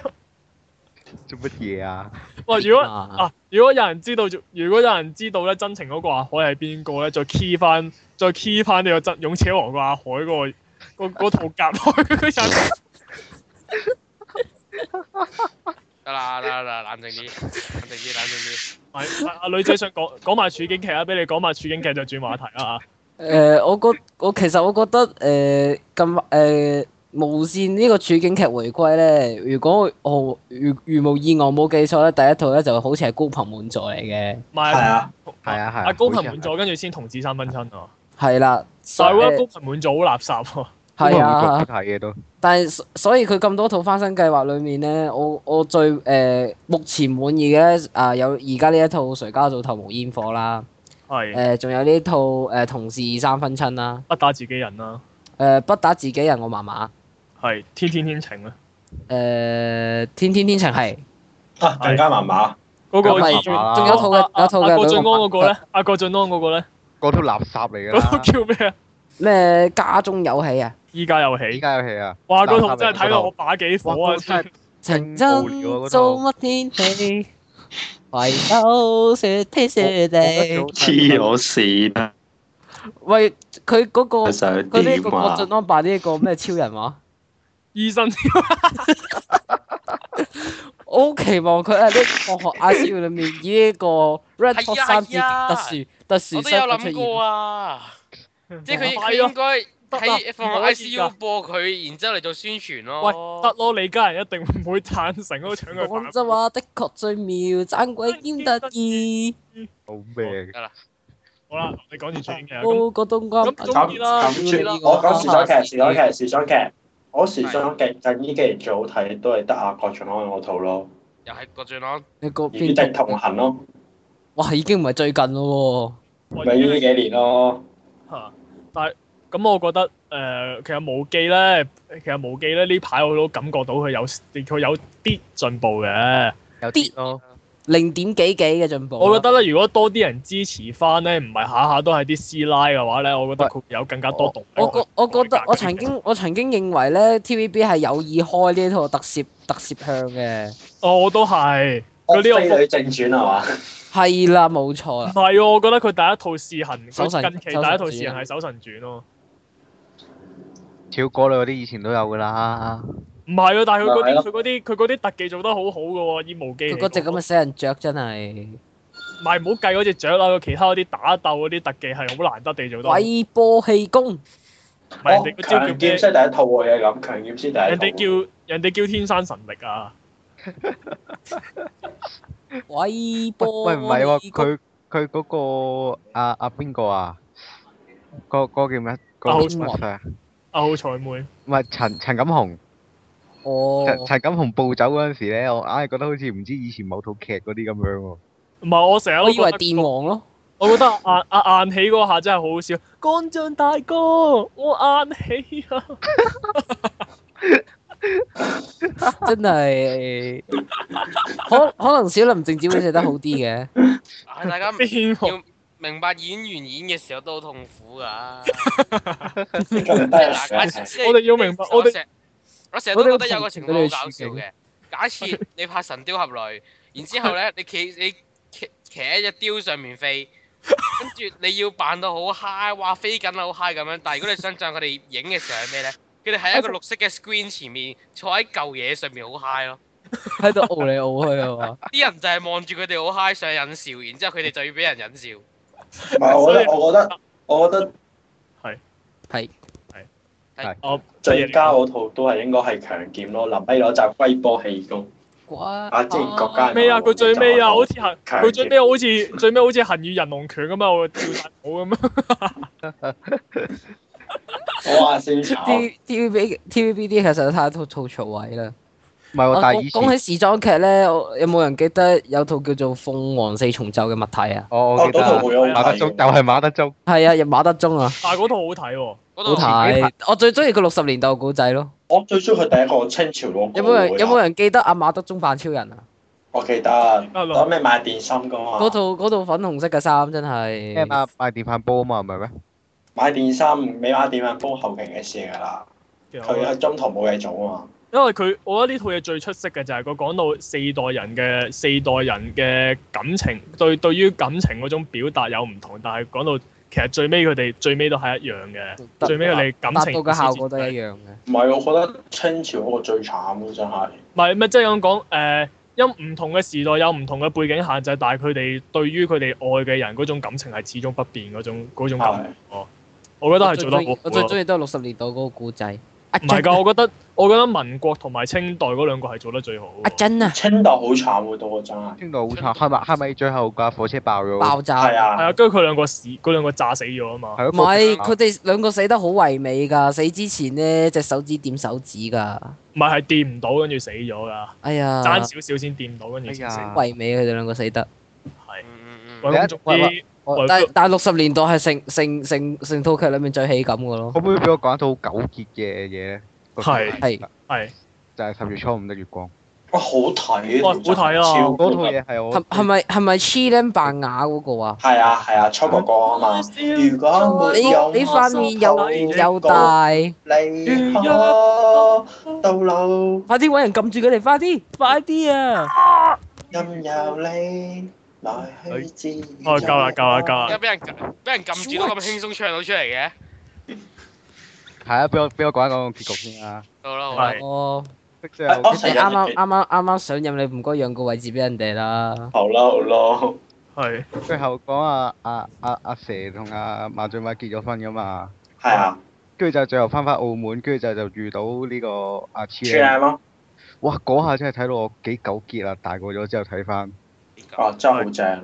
[SPEAKER 4] 做乜嘢啊？
[SPEAKER 2] 哇！如果
[SPEAKER 3] 啊
[SPEAKER 2] 啊，如果有人知道，如果有人知道咧，真情嗰個阿海係邊個咧，再 key 翻，再 key 翻呢個真勇者王個阿海嗰、個嗰嗰套夾開嗰人，
[SPEAKER 5] 得啦得啦得啦，冷靜啲，冷靜啲，冷靜啲。
[SPEAKER 2] 咪阿女仔想講講埋處境劇啊，俾你講埋處境劇就轉話題啦啊！
[SPEAKER 3] 誒、我覺我其實我覺得誒咁誒無線呢個處境劇回歸咧，如果我如如無意外冇記錯咧，第一套咧就好似係高朋滿座嚟嘅，
[SPEAKER 2] 唔係
[SPEAKER 1] 係啊，
[SPEAKER 4] 係啊係啊
[SPEAKER 2] 阿高頻
[SPEAKER 4] 好似
[SPEAKER 2] 滿
[SPEAKER 4] 係
[SPEAKER 2] 座，跟住先同志三分親啊！
[SPEAKER 3] 係啦，所
[SPEAKER 2] 但係我覺得
[SPEAKER 3] 以
[SPEAKER 2] 高頻滿座好垃圾喎。
[SPEAKER 3] 係啊。
[SPEAKER 4] 睇嘅都
[SPEAKER 3] 但係所所以佢咁多套翻新計劃裏面咧，我我最誒、呃目前滿意嘅咧啊有而家呢一套《誰家灶頭無煙火》啦，誒、
[SPEAKER 2] 係
[SPEAKER 3] 仲有呢套誒、呃同事三分親》啦，
[SPEAKER 2] 不打自己人啦，
[SPEAKER 3] 誒、不打自己人我麻麻，誒、
[SPEAKER 2] 係天天天晴啦。啊
[SPEAKER 3] 天天天晴係，
[SPEAKER 6] 啊更加麻麻。
[SPEAKER 2] 嗰個
[SPEAKER 3] 咁咪
[SPEAKER 2] 二
[SPEAKER 4] 仲啊
[SPEAKER 3] 仲有一套嘅
[SPEAKER 2] 阿
[SPEAKER 3] 有一套嘅
[SPEAKER 2] 阿郭晉安
[SPEAKER 3] 老
[SPEAKER 2] 嗰個咧，阿郭晉安嗰個咧，
[SPEAKER 4] 嗰套垃圾嚟㗎
[SPEAKER 2] 嗰套
[SPEAKER 4] 啦。
[SPEAKER 2] 叫咩啊？
[SPEAKER 3] 咩家中有喜啊，
[SPEAKER 2] 依家又
[SPEAKER 4] 依
[SPEAKER 2] 起，
[SPEAKER 4] 家有戲啊！
[SPEAKER 2] 哇！嗰套
[SPEAKER 4] 垃圾嚟
[SPEAKER 2] 真係睇到我把幾火啊！真
[SPEAKER 4] 嗰套真
[SPEAKER 2] 係
[SPEAKER 3] 情
[SPEAKER 4] 真
[SPEAKER 3] 真
[SPEAKER 4] 無聊啊嗰套
[SPEAKER 3] 做乜天 氣，唯有雪天雪地。
[SPEAKER 7] 黐我線啊！
[SPEAKER 3] 喂，佢嗰、個
[SPEAKER 7] 佢
[SPEAKER 3] 佢
[SPEAKER 7] 想
[SPEAKER 3] 呢
[SPEAKER 7] 點
[SPEAKER 3] 一個郭
[SPEAKER 7] 啊？
[SPEAKER 3] 晉安扮呢一個咩超人話？
[SPEAKER 2] 醫生
[SPEAKER 3] 我好期望佢喺呢個學阿超裏面以呢個 Red
[SPEAKER 5] 係
[SPEAKER 3] Hot
[SPEAKER 5] 啊
[SPEAKER 3] 三字
[SPEAKER 5] 係啊
[SPEAKER 3] 特殊特殊
[SPEAKER 5] 我都
[SPEAKER 3] 身
[SPEAKER 5] 有
[SPEAKER 3] 份出
[SPEAKER 5] 諗過
[SPEAKER 3] 現。
[SPEAKER 5] 啊，即係佢
[SPEAKER 2] 係啊
[SPEAKER 5] 佢應該
[SPEAKER 2] 得啦
[SPEAKER 5] 喺放
[SPEAKER 2] 唔
[SPEAKER 5] 喺
[SPEAKER 2] 可以㗎
[SPEAKER 5] ICU 播佢，然之後嚟做宣傳
[SPEAKER 2] 啊喂
[SPEAKER 5] 咯。
[SPEAKER 2] 得咯，李家人一定唔會坦誠都搶佢
[SPEAKER 3] 講
[SPEAKER 2] 飯
[SPEAKER 3] 真話，的確最妙，盞鬼兼得意，
[SPEAKER 4] 好咩？
[SPEAKER 5] 得啦，
[SPEAKER 2] 好啦，你講住最嘅咁
[SPEAKER 3] 個個冬瓜。
[SPEAKER 2] 咁中意啦
[SPEAKER 6] 咁住我講時裝劇，時裝劇，時裝劇，我時裝劇近呢幾年最好睇都係得阿郭晉安嗰套咯，
[SPEAKER 5] 又係郭俊朗，
[SPEAKER 3] 你個
[SPEAKER 6] 與
[SPEAKER 3] 邊
[SPEAKER 6] 敵
[SPEAKER 3] 度
[SPEAKER 6] 同？行咯，
[SPEAKER 3] 哇，已經唔係最近咯
[SPEAKER 2] 我
[SPEAKER 6] 咪呢幾年咯。
[SPEAKER 2] 嚇，但係咁我覺得誒、呃其實無記咧，其實無記咧呢排我都感覺到佢有佢有啲進步嘅。
[SPEAKER 4] 有啲
[SPEAKER 2] 哦
[SPEAKER 4] 咯，
[SPEAKER 3] 喎，零點幾幾嘅進步。
[SPEAKER 2] 我覺得咧，如果多啲人支持翻咧，唔係下下都係啲師奶嘅話咧，我覺得
[SPEAKER 4] 喂
[SPEAKER 2] 佢有更加多動力。
[SPEAKER 3] 我覺我覺得我曾經我曾經認為咧 TVB 係有意開呢套特攝特攝向嘅，
[SPEAKER 2] 哦，我都係佢
[SPEAKER 6] 《
[SPEAKER 2] 呢
[SPEAKER 6] 飛女正傳》係嘛？
[SPEAKER 3] 係啦，冇錯
[SPEAKER 2] 個唔
[SPEAKER 3] 啦。
[SPEAKER 2] 係喎，我覺得佢第一套試行，
[SPEAKER 3] 守神
[SPEAKER 2] 佢近期第一套試行係《守神傳》咯。
[SPEAKER 4] 跳過啦嗰啲以前都有㗎啦。
[SPEAKER 2] 唔係啊，但係佢嗰
[SPEAKER 6] 咪係
[SPEAKER 2] 啲
[SPEAKER 6] 咯
[SPEAKER 2] 佢嗰啲佢嗰啲特技做得好好嘅喎，以無記嚟
[SPEAKER 3] 佢
[SPEAKER 2] 講。
[SPEAKER 3] 嗰只咁嘅死人雀真係
[SPEAKER 2] 唔係唔好計嗰只雀啦，佢其他嗰啲打鬥嗰啲特技係好難得地做到。唔
[SPEAKER 3] 鬼波氣功。
[SPEAKER 2] 係人
[SPEAKER 6] 哦
[SPEAKER 2] 哋嗰招叫
[SPEAKER 6] 強
[SPEAKER 2] 咩
[SPEAKER 6] 劍先第一套喎，嘢咁強劍先第一套。
[SPEAKER 2] 人哋叫人哋叫天生神力啊！
[SPEAKER 3] 鬼
[SPEAKER 4] 喂
[SPEAKER 3] 波
[SPEAKER 4] 喂，唔係喎，佢佢嗰個阿阿邊個啊？嗰嗰個叫咩？嗰
[SPEAKER 2] 阿浩
[SPEAKER 4] 個
[SPEAKER 3] 俊華
[SPEAKER 4] 乜啊
[SPEAKER 2] 啊，好彩妹，
[SPEAKER 4] 唔係陳陳錦鴻。
[SPEAKER 3] 哦，
[SPEAKER 4] 陳陳錦鴻暴走嗰陣時咧，我硬係覺得好似唔知以前某套劇嗰啲咁樣喎。
[SPEAKER 2] 唔係我成日
[SPEAKER 3] 我
[SPEAKER 2] 都
[SPEAKER 3] 以為
[SPEAKER 2] 覺得
[SPEAKER 3] 電王咯，
[SPEAKER 2] 我覺得阿阿晏起嗰下真係好好笑，干將大哥，我晏起啊！
[SPEAKER 3] 啊真係可可能小林靜只會寫得好啲嘅，
[SPEAKER 5] 啊大家
[SPEAKER 2] 邊個
[SPEAKER 5] 要明白演員演嘅時候都好痛苦㗎。
[SPEAKER 6] 咁低
[SPEAKER 5] 嗱假
[SPEAKER 6] 啊
[SPEAKER 5] 設
[SPEAKER 2] 我哋要明白我哋
[SPEAKER 5] 成我成日都覺得有個情況好搞笑
[SPEAKER 3] 我哋
[SPEAKER 5] 嘅。假設你拍《神雕俠侶》，然之後咧，你企你企騎喺只雕上面飛，跟住你要扮到好 high，哇飛緊啊好 high 咁樣。但係如果你想像佢哋影嘅時候係咩咧？佢哋喺一個綠色嘅 screen 前面坐喺嚿嘢上面好 high 咯。
[SPEAKER 3] 喺度傲嚟傲去啊嘛。
[SPEAKER 5] 啲人就係望住佢哋好 high 想引笑，然之後佢哋就要俾人引笑。
[SPEAKER 6] 唔係，我覺得，我覺得，我覺得
[SPEAKER 3] 係
[SPEAKER 2] 我
[SPEAKER 6] 最佳嗰套都係應該係強劍咯。臨尾嗰集龜波氣功。
[SPEAKER 3] 鬼
[SPEAKER 6] 啊即係國家
[SPEAKER 2] 尾啊，佢最尾啊，好似行
[SPEAKER 6] 強
[SPEAKER 2] 佢最尾好似最尾好似行與人龍拳咁啊，我跳大舞咁啊！
[SPEAKER 6] 我話先炒。
[SPEAKER 3] T V B T V B 啲其實太多吐槽位啦。
[SPEAKER 4] 唔係
[SPEAKER 3] 我
[SPEAKER 4] 喎，但係
[SPEAKER 3] 講
[SPEAKER 4] 以
[SPEAKER 3] 講
[SPEAKER 4] 前
[SPEAKER 3] 起時裝劇咧，我有冇人記得有套叫做《鳳凰四重奏》嘅物體啊？
[SPEAKER 4] 我我
[SPEAKER 6] 哦，
[SPEAKER 4] 記得
[SPEAKER 6] 嗰套
[SPEAKER 4] 啊
[SPEAKER 6] 好有
[SPEAKER 4] 馬德鐘又係馬德鐘，
[SPEAKER 3] 係啊，入馬德鐘啊，
[SPEAKER 2] 但係嗰套好睇喎，
[SPEAKER 6] 哦
[SPEAKER 3] 好
[SPEAKER 5] 嗰度
[SPEAKER 3] 睇。我最中意佢六十年代嘅古仔咯。
[SPEAKER 6] 我最中意佢第一個清朝嗰個啊
[SPEAKER 3] 有冇
[SPEAKER 1] 啊
[SPEAKER 3] 人有冇
[SPEAKER 6] 人？
[SPEAKER 3] 人記得阿馬德鐘扮超人啊？
[SPEAKER 6] 我記得，攞咩買電芯噶
[SPEAKER 1] 啊
[SPEAKER 6] 嘛？
[SPEAKER 3] 嗰套嗰套粉紅色嘅衫真
[SPEAKER 4] 咩
[SPEAKER 3] 係。
[SPEAKER 4] 嘛賣電飯煲啊嘛，唔係咩？
[SPEAKER 6] 買電芯，你買電飯煲後期嘅事㗎啦。
[SPEAKER 2] 其實我
[SPEAKER 3] 哦
[SPEAKER 6] 佢喺啊中途冇嘢做啊嘛。
[SPEAKER 2] 因為佢，我覺得呢套嘢最出色嘅就係佢講到四代人嘅四代人嘅感情，對對於感情嗰種表達有唔同，但係講到其實最尾佢哋最尾都係一樣嘅，
[SPEAKER 3] 嗯得
[SPEAKER 2] 最尾佢哋感
[SPEAKER 3] 達
[SPEAKER 2] 情
[SPEAKER 3] 到嘅效果都
[SPEAKER 2] 先
[SPEAKER 3] 係
[SPEAKER 2] 至
[SPEAKER 3] 一樣嘅。
[SPEAKER 6] 唔係，我覺得清朝嗰個最慘咯，真係。
[SPEAKER 2] 唔係唔係即係咁講誒，因唔同嘅時代有唔同嘅背景限制，但係佢哋對於佢哋愛嘅人嗰種感情係始終不變嗰種嗰種感覺，我覺得係做得好
[SPEAKER 3] 我最
[SPEAKER 2] 好
[SPEAKER 3] 中意
[SPEAKER 2] 咯。啊
[SPEAKER 3] 意都係六十年代嗰個故仔，阿
[SPEAKER 2] 唔係
[SPEAKER 3] 珍
[SPEAKER 2] 㗎，我覺得我覺得民國同埋清代嗰兩個係做得最好喎。
[SPEAKER 3] 阿珍啊，
[SPEAKER 6] 清代好慘喎，到我真係。
[SPEAKER 4] 清道好慘，係咪係咪最後架火車爆咗？
[SPEAKER 3] 爆炸
[SPEAKER 6] 係
[SPEAKER 2] 係
[SPEAKER 6] 啊，
[SPEAKER 2] 啊，跟住佢兩個死，嗰兩個炸死咗啊嘛。
[SPEAKER 4] 係咯
[SPEAKER 3] 唔係，
[SPEAKER 4] 爆
[SPEAKER 3] 佢哋兩個死得好唯美㗎，死之前呢隻手指點手指㗎。
[SPEAKER 2] 唔係係掂唔到，跟住死咗㗎，
[SPEAKER 3] 哎呀，
[SPEAKER 2] 爭少少先掂到，跟住先死。
[SPEAKER 4] 哎呀
[SPEAKER 3] 唯美佢哋兩個死得。
[SPEAKER 2] 係。
[SPEAKER 5] 嗯嗯
[SPEAKER 2] 喂
[SPEAKER 5] 嗯，
[SPEAKER 2] 咁總
[SPEAKER 4] 哎喂
[SPEAKER 2] 之，喂
[SPEAKER 3] 但
[SPEAKER 2] 不
[SPEAKER 3] 但六十年代係成成成成套劇裏面最喜感嘅咯
[SPEAKER 4] 可。唔可以俾我講一套好糾結嘅嘢咧？
[SPEAKER 2] 係
[SPEAKER 3] 係
[SPEAKER 2] 係
[SPEAKER 4] 就係十月初五的月光。
[SPEAKER 6] 哇，好睇，
[SPEAKER 2] 哇好睇啊
[SPEAKER 6] 超
[SPEAKER 4] 嗰套嘢係我
[SPEAKER 3] 係係咪係咪 c h i l 扮啞嗰個啊？
[SPEAKER 6] 係啊係啊，崔國光啊嘛。如果
[SPEAKER 3] 你
[SPEAKER 6] 沒
[SPEAKER 1] 啊
[SPEAKER 6] 有
[SPEAKER 3] 哎你塊面
[SPEAKER 6] 我
[SPEAKER 3] 又
[SPEAKER 6] 心頭
[SPEAKER 3] 又大，
[SPEAKER 6] 離開道路，
[SPEAKER 3] 快啲揾人撳住佢哋，快啲快啲啊！
[SPEAKER 6] 任由你來去自由。
[SPEAKER 2] 哎哦夠啦夠啦夠
[SPEAKER 5] 而
[SPEAKER 2] 啦
[SPEAKER 5] 家俾人撳俾人撳住都咁輕鬆唱到出嚟嘅，
[SPEAKER 4] 係啊，俾我俾我講一講個結局先啊。
[SPEAKER 5] 好啦好啦，
[SPEAKER 2] 係
[SPEAKER 3] 哦，
[SPEAKER 4] 即係
[SPEAKER 6] 我
[SPEAKER 4] 我
[SPEAKER 3] 你啱啊啱啱啱啱啱上任，你唔該讓個位置俾人哋啦。
[SPEAKER 6] 好啦好啦，
[SPEAKER 2] 係
[SPEAKER 4] 最後講啊啊啊阿蛇同阿麻醉馬結咗婚噶嘛，
[SPEAKER 6] 係啊，
[SPEAKER 4] 跟住就最後翻返澳門，跟住就就遇到呢個阿
[SPEAKER 6] 處理
[SPEAKER 4] Chill。
[SPEAKER 6] 咯，
[SPEAKER 4] 哇！嗰下真係睇到我幾糾結啊！大個咗之後睇翻，
[SPEAKER 6] 哦真係好正啊！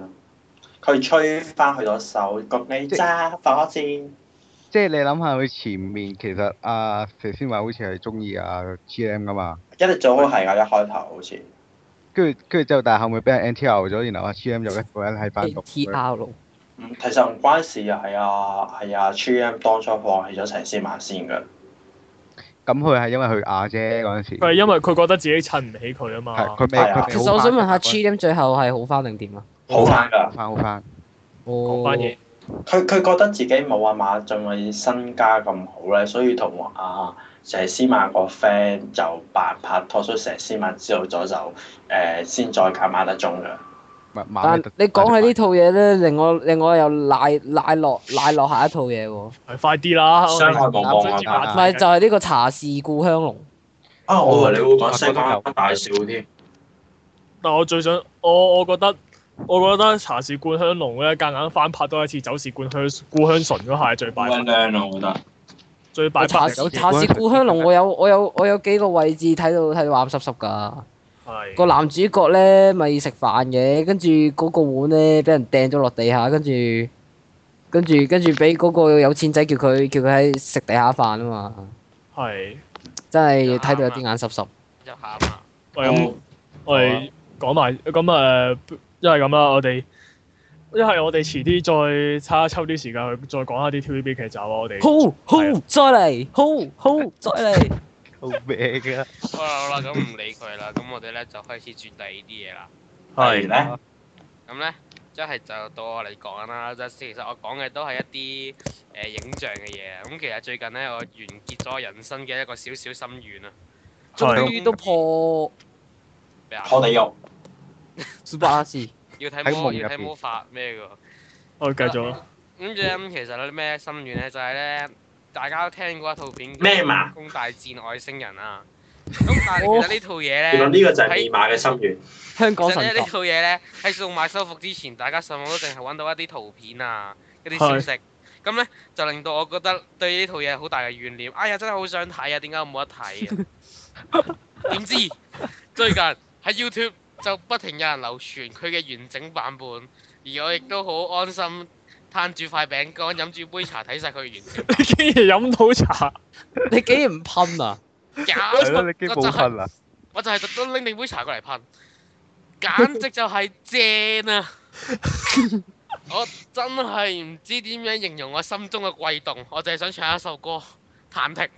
[SPEAKER 6] 佢吹翻佢咗手，焗你揸火箭。
[SPEAKER 4] 即係你諗下佢前面其實阿佘先華好似係中意阿 G M 噶嘛，
[SPEAKER 6] 一直做好係啊㗎，一開頭好似
[SPEAKER 4] 跟住跟住之後但係後尾俾人 N T R 咗，然後阿 G M 又一個人喺班度。
[SPEAKER 3] T R
[SPEAKER 6] 嗯，其實唔關事啊，係啊，係啊，G M 當初放棄咗陳思曼先㗎，
[SPEAKER 4] 咁佢係因為佢啞啫嗰陣時，
[SPEAKER 2] 佢係因為佢覺得自己襯唔起佢啊
[SPEAKER 4] 係
[SPEAKER 2] 嘛。
[SPEAKER 4] 佢未
[SPEAKER 6] 係啊
[SPEAKER 4] 佢未
[SPEAKER 3] 其實我想問下 c
[SPEAKER 4] 黐
[SPEAKER 3] h i l 最後係好翻定點啊？
[SPEAKER 6] 好翻㗎。
[SPEAKER 4] 翻好翻，
[SPEAKER 3] 哦
[SPEAKER 2] 講，翻嘢，
[SPEAKER 6] 佢佢覺得自己冇啊阿馬俊偉身家咁好咧，所以同阿佘詩曼個 friend 就扮拍拖，所以佘詩曼知道咗就誒先再揀馬德鐘嘅。
[SPEAKER 4] 咪
[SPEAKER 3] 但
[SPEAKER 4] 馬
[SPEAKER 3] 你講起呢套嘢咧，令我令我又賴賴落賴落下一套嘢喎，唔
[SPEAKER 2] 係快啲啦！
[SPEAKER 6] 傷害無望
[SPEAKER 2] 我哋
[SPEAKER 6] 啊
[SPEAKER 2] 接下
[SPEAKER 4] 嘛
[SPEAKER 2] 題
[SPEAKER 3] 係就係呢個茶是故鄉濃。
[SPEAKER 6] 啊，我以為你會講
[SPEAKER 4] 哦
[SPEAKER 6] 西關大少添。
[SPEAKER 2] 但我最想，我我覺得，我覺得茶是灌香濃咧，夾硬翻拍多一次酒是灌香故鄉醇嗰下係最敗筆，
[SPEAKER 6] 靚啊，我覺得。
[SPEAKER 2] 最敗
[SPEAKER 3] 茶
[SPEAKER 2] 筆
[SPEAKER 3] 是茶是故鄉濃，我有我有我有幾個位置睇到睇到眼濕濕㗎。
[SPEAKER 2] 係
[SPEAKER 3] 個男主角咧咪食飯嘅，跟住嗰個碗咧俾人掟咗落地下，跟住跟住跟住俾嗰個有錢仔叫佢叫佢喺食地下飯啊嘛，
[SPEAKER 2] 係。
[SPEAKER 3] 真
[SPEAKER 5] 啊
[SPEAKER 3] 係睇到有啲眼濕濕。
[SPEAKER 5] 入下嘛，
[SPEAKER 2] 喂，咁
[SPEAKER 5] 嗯
[SPEAKER 2] 我哋講埋咁誒，一係咁啦，我哋一係我哋遲啲再差抽啲時間去再講下啲 TVB 劇集啊，我哋
[SPEAKER 3] 好好
[SPEAKER 2] 係
[SPEAKER 3] 再嚟，好好再嚟。
[SPEAKER 4] 好咩㗎？
[SPEAKER 5] 好啦好啦，咁唔理佢啦，咁我哋咧就開始轉第二啲嘢啦。
[SPEAKER 6] 係咧，
[SPEAKER 5] 咁咧，一係就到我嚟講啦。即係其實我講嘅都係一啲誒、呃影像嘅嘢。咁其實最近咧，我完結咗我人生嘅一個小小心願啊。
[SPEAKER 3] 終
[SPEAKER 2] 係
[SPEAKER 3] 於都破
[SPEAKER 5] 咩啊
[SPEAKER 6] 我地獄。
[SPEAKER 3] s u p
[SPEAKER 5] 要睇
[SPEAKER 4] 喺
[SPEAKER 5] 魔
[SPEAKER 4] 夢
[SPEAKER 5] 要
[SPEAKER 4] 入
[SPEAKER 5] 睇
[SPEAKER 4] 邊
[SPEAKER 5] 魔法咩㗎？
[SPEAKER 2] 我繼續啦。
[SPEAKER 5] 咁最咁其實有啲咩心願咧，就係、咧，大家都聽過一套片叫
[SPEAKER 6] 咩嘛
[SPEAKER 5] 《攻大戰外星人》啊。咁但係其實呢套嘢咧，
[SPEAKER 6] 原來呢個就係美馬嘅心願。
[SPEAKER 3] 香
[SPEAKER 5] 其
[SPEAKER 3] 港
[SPEAKER 5] 實
[SPEAKER 3] 神
[SPEAKER 5] 咧呢
[SPEAKER 3] 作
[SPEAKER 5] 套嘢咧喺數碼修復之前，大家上網都淨係揾到一啲圖片啊，一啲消息。咁咧就令到我覺得對呢套嘢好大嘅怨念。哎呀，真係好想睇啊！點解 我冇得睇啊？點知最近喺 YouTube 就不停有人流傳佢嘅完整版本，而我亦都好安心攤住塊餅乾，飲住杯茶睇晒佢嘅 完整版。
[SPEAKER 2] 你 竟然飲到茶，
[SPEAKER 3] 你竟然唔噴 啊！
[SPEAKER 5] 搞
[SPEAKER 4] 係
[SPEAKER 5] 錯
[SPEAKER 4] 咯，你基本分啦，
[SPEAKER 5] 我就係特登拎你杯茶過嚟噴，簡直就係正啊！ 我真係唔知點樣形容我心中嘅悸動，我就係想唱一首歌《忐忑》，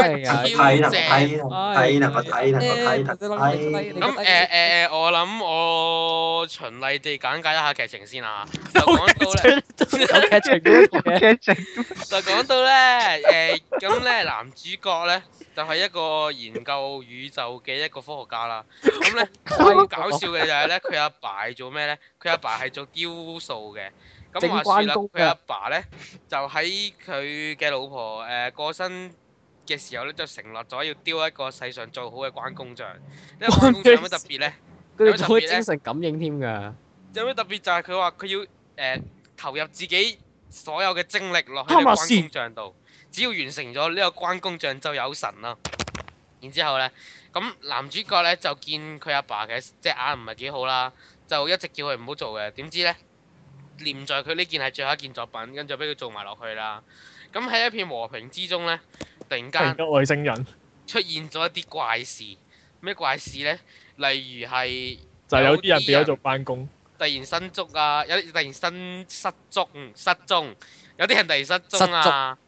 [SPEAKER 3] 哎呀，
[SPEAKER 6] 睇啦，睇
[SPEAKER 3] 哎
[SPEAKER 6] 啦，睇
[SPEAKER 3] 呀
[SPEAKER 6] 啦，我睇啦，我睇啦，我睇啦。
[SPEAKER 5] 咁誒誒誒，我諗我循例地簡介一下劇情先啊。就講到咧。
[SPEAKER 3] 有劇情嘅
[SPEAKER 4] 我驚整
[SPEAKER 5] 就講到咧，誒咁咧男主角咧就係、一個研究宇宙嘅一個科學家啦。咁 咧最搞笑嘅就係咧，佢阿爸係做咩咧？佢阿爸係做雕塑嘅。咁
[SPEAKER 3] 整
[SPEAKER 5] 話説
[SPEAKER 3] 關
[SPEAKER 5] 啦，
[SPEAKER 3] 公
[SPEAKER 5] 佢阿
[SPEAKER 3] 㗎
[SPEAKER 5] 爸咧就喺佢嘅老婆誒、過身嘅時候咧，就承諾咗要雕一個世上最好嘅關公像。因為 關公像有咩特別咧？
[SPEAKER 3] 佢哋仲 會精神感應添㗎。
[SPEAKER 5] 有咩特別就係佢話佢要誒、投入自己所有嘅精力落去
[SPEAKER 2] 哈
[SPEAKER 5] 呢個
[SPEAKER 2] 馬斯
[SPEAKER 5] 關公像度，只要完成咗呢個關公像就有神啦。然之後呢，咁男主角呢就見佢阿爸嘅隻眼唔係幾好啦，就一直叫佢唔好做嘅。點知呢，念在佢呢件係最後一件作品，跟住俾佢做埋落去啦。咁喺一片和平之中呢，突然
[SPEAKER 2] 突然
[SPEAKER 5] 間
[SPEAKER 2] 間外星人
[SPEAKER 5] 出現咗一啲怪事，咩怪事呢？例如係
[SPEAKER 2] 就係有啲
[SPEAKER 5] 有
[SPEAKER 2] 人變
[SPEAKER 5] 啲
[SPEAKER 2] 咗
[SPEAKER 5] 人
[SPEAKER 2] 做班工，
[SPEAKER 5] 突然失足啊，有啲突然身失蹤失蹤，有啲人突然失蹤
[SPEAKER 3] 失
[SPEAKER 5] 啊，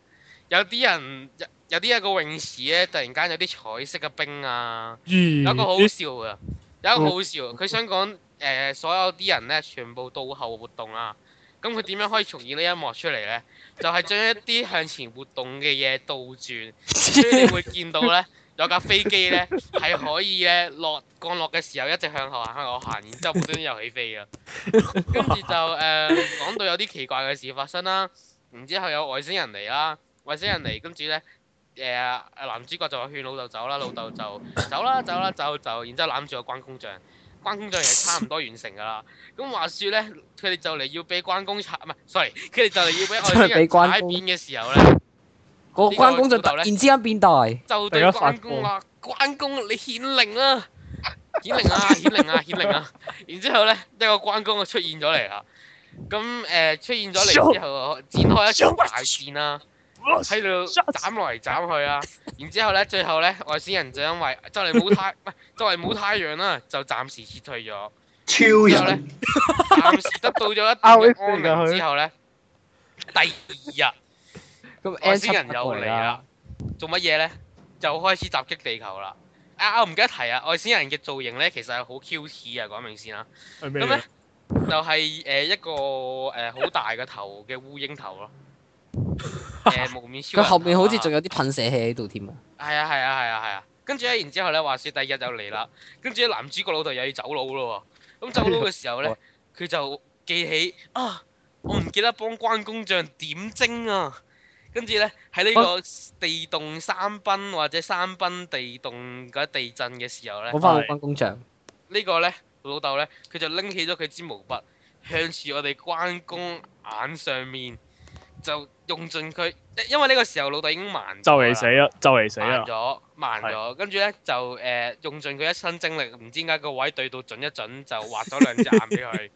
[SPEAKER 5] 有啲人有有啲一個泳池咧，突然間有啲彩色嘅冰啊，
[SPEAKER 2] 咦
[SPEAKER 5] 有一個好好笑嘅，有一個好好笑，佢想講誒、呃所有啲人咧全部倒後活動啊，咁佢點樣可以重現呢一幕出嚟咧？就係、將一啲向前活動嘅嘢倒轉，所以你會見到咧。有架飛機咧，係可以咧落降落嘅時候一直向後行向後行，然之後無端端又起飛啊！跟住就誒講、到有啲奇怪嘅事發生啦，然之後有外星人嚟啦，外星人嚟，跟住咧誒男主角就勸老豆走啦，老豆就走啦走啦走走，然之後攬住個關公像，關公像係差唔多完成㗎啦。咁話説咧，佢哋就嚟要俾關公踩，唔係，sorry，佢哋就嚟要俾外星
[SPEAKER 3] 真係俾
[SPEAKER 5] 人
[SPEAKER 3] 關
[SPEAKER 5] 踩
[SPEAKER 3] 公
[SPEAKER 5] 扁嘅時候咧，
[SPEAKER 3] 個
[SPEAKER 5] 呢個
[SPEAKER 3] 關公就
[SPEAKER 5] 老
[SPEAKER 3] 突
[SPEAKER 5] 豆呢
[SPEAKER 3] 然之間變大，
[SPEAKER 5] 就
[SPEAKER 2] 大
[SPEAKER 5] 對
[SPEAKER 2] 家發
[SPEAKER 5] 關公話：關公你顯靈啦！顯靈啊！顯靈啊！顯靈啊！然之後咧，一個關公就出現咗嚟啦。咁誒、呃出現咗嚟之後，展開一場大戰啦，喺度斬來斬去啊！然之後咧，最後咧，外星人就因為就嚟冇太唔係就嚟冇太陽啦，就暫時撤退咗。
[SPEAKER 1] 超
[SPEAKER 5] 之後咧
[SPEAKER 1] 人，
[SPEAKER 5] 暫時得到咗一定
[SPEAKER 4] 啊會
[SPEAKER 5] 嘅
[SPEAKER 4] 死㗎
[SPEAKER 5] 安
[SPEAKER 4] 佢
[SPEAKER 5] 寧之後咧，第二日。
[SPEAKER 3] 咁
[SPEAKER 5] 外
[SPEAKER 3] N 七
[SPEAKER 5] 星人又嚟啦，做乜嘢咧？就開始襲擊地球啦！啊，我唔記得提啊，外星人嘅造型咧，其實係好 Q T 啊，講明先啦。
[SPEAKER 2] 係咩
[SPEAKER 5] 咁
[SPEAKER 2] 嘢
[SPEAKER 5] 咧？就係、誒、一個誒好、大嘅頭嘅烏蠅頭咯。誒、無面超
[SPEAKER 3] 佢
[SPEAKER 5] 人頭啊
[SPEAKER 3] 後面好似仲有啲噴射器喺度添啊！
[SPEAKER 5] 係啊係啊係啊係啊！跟住咧，然之後咧，話説第二日又嚟啦，跟住咧男主角老豆又要走佬咯喎。咁走佬嘅時候咧，佢就記起啊，我唔記得幫關公像點睛啊。跟住咧喺呢個地動山崩或者山崩地動嗰地震嘅時候咧，
[SPEAKER 3] 講翻個關公像，
[SPEAKER 5] 呢個咧老豆咧佢就拎起咗佢支毛筆，向住我哋關公眼上面就用盡佢，因為呢個時候老豆已經盲
[SPEAKER 2] 就
[SPEAKER 5] 咗啦
[SPEAKER 2] 嚟死啦！就嚟死啊
[SPEAKER 5] 慢
[SPEAKER 2] 啦！
[SPEAKER 5] 咗，慢咗，跟住咧就誒、呃用盡佢一身精力，唔知點解個位對到準一準，就畫咗兩隻眼俾佢。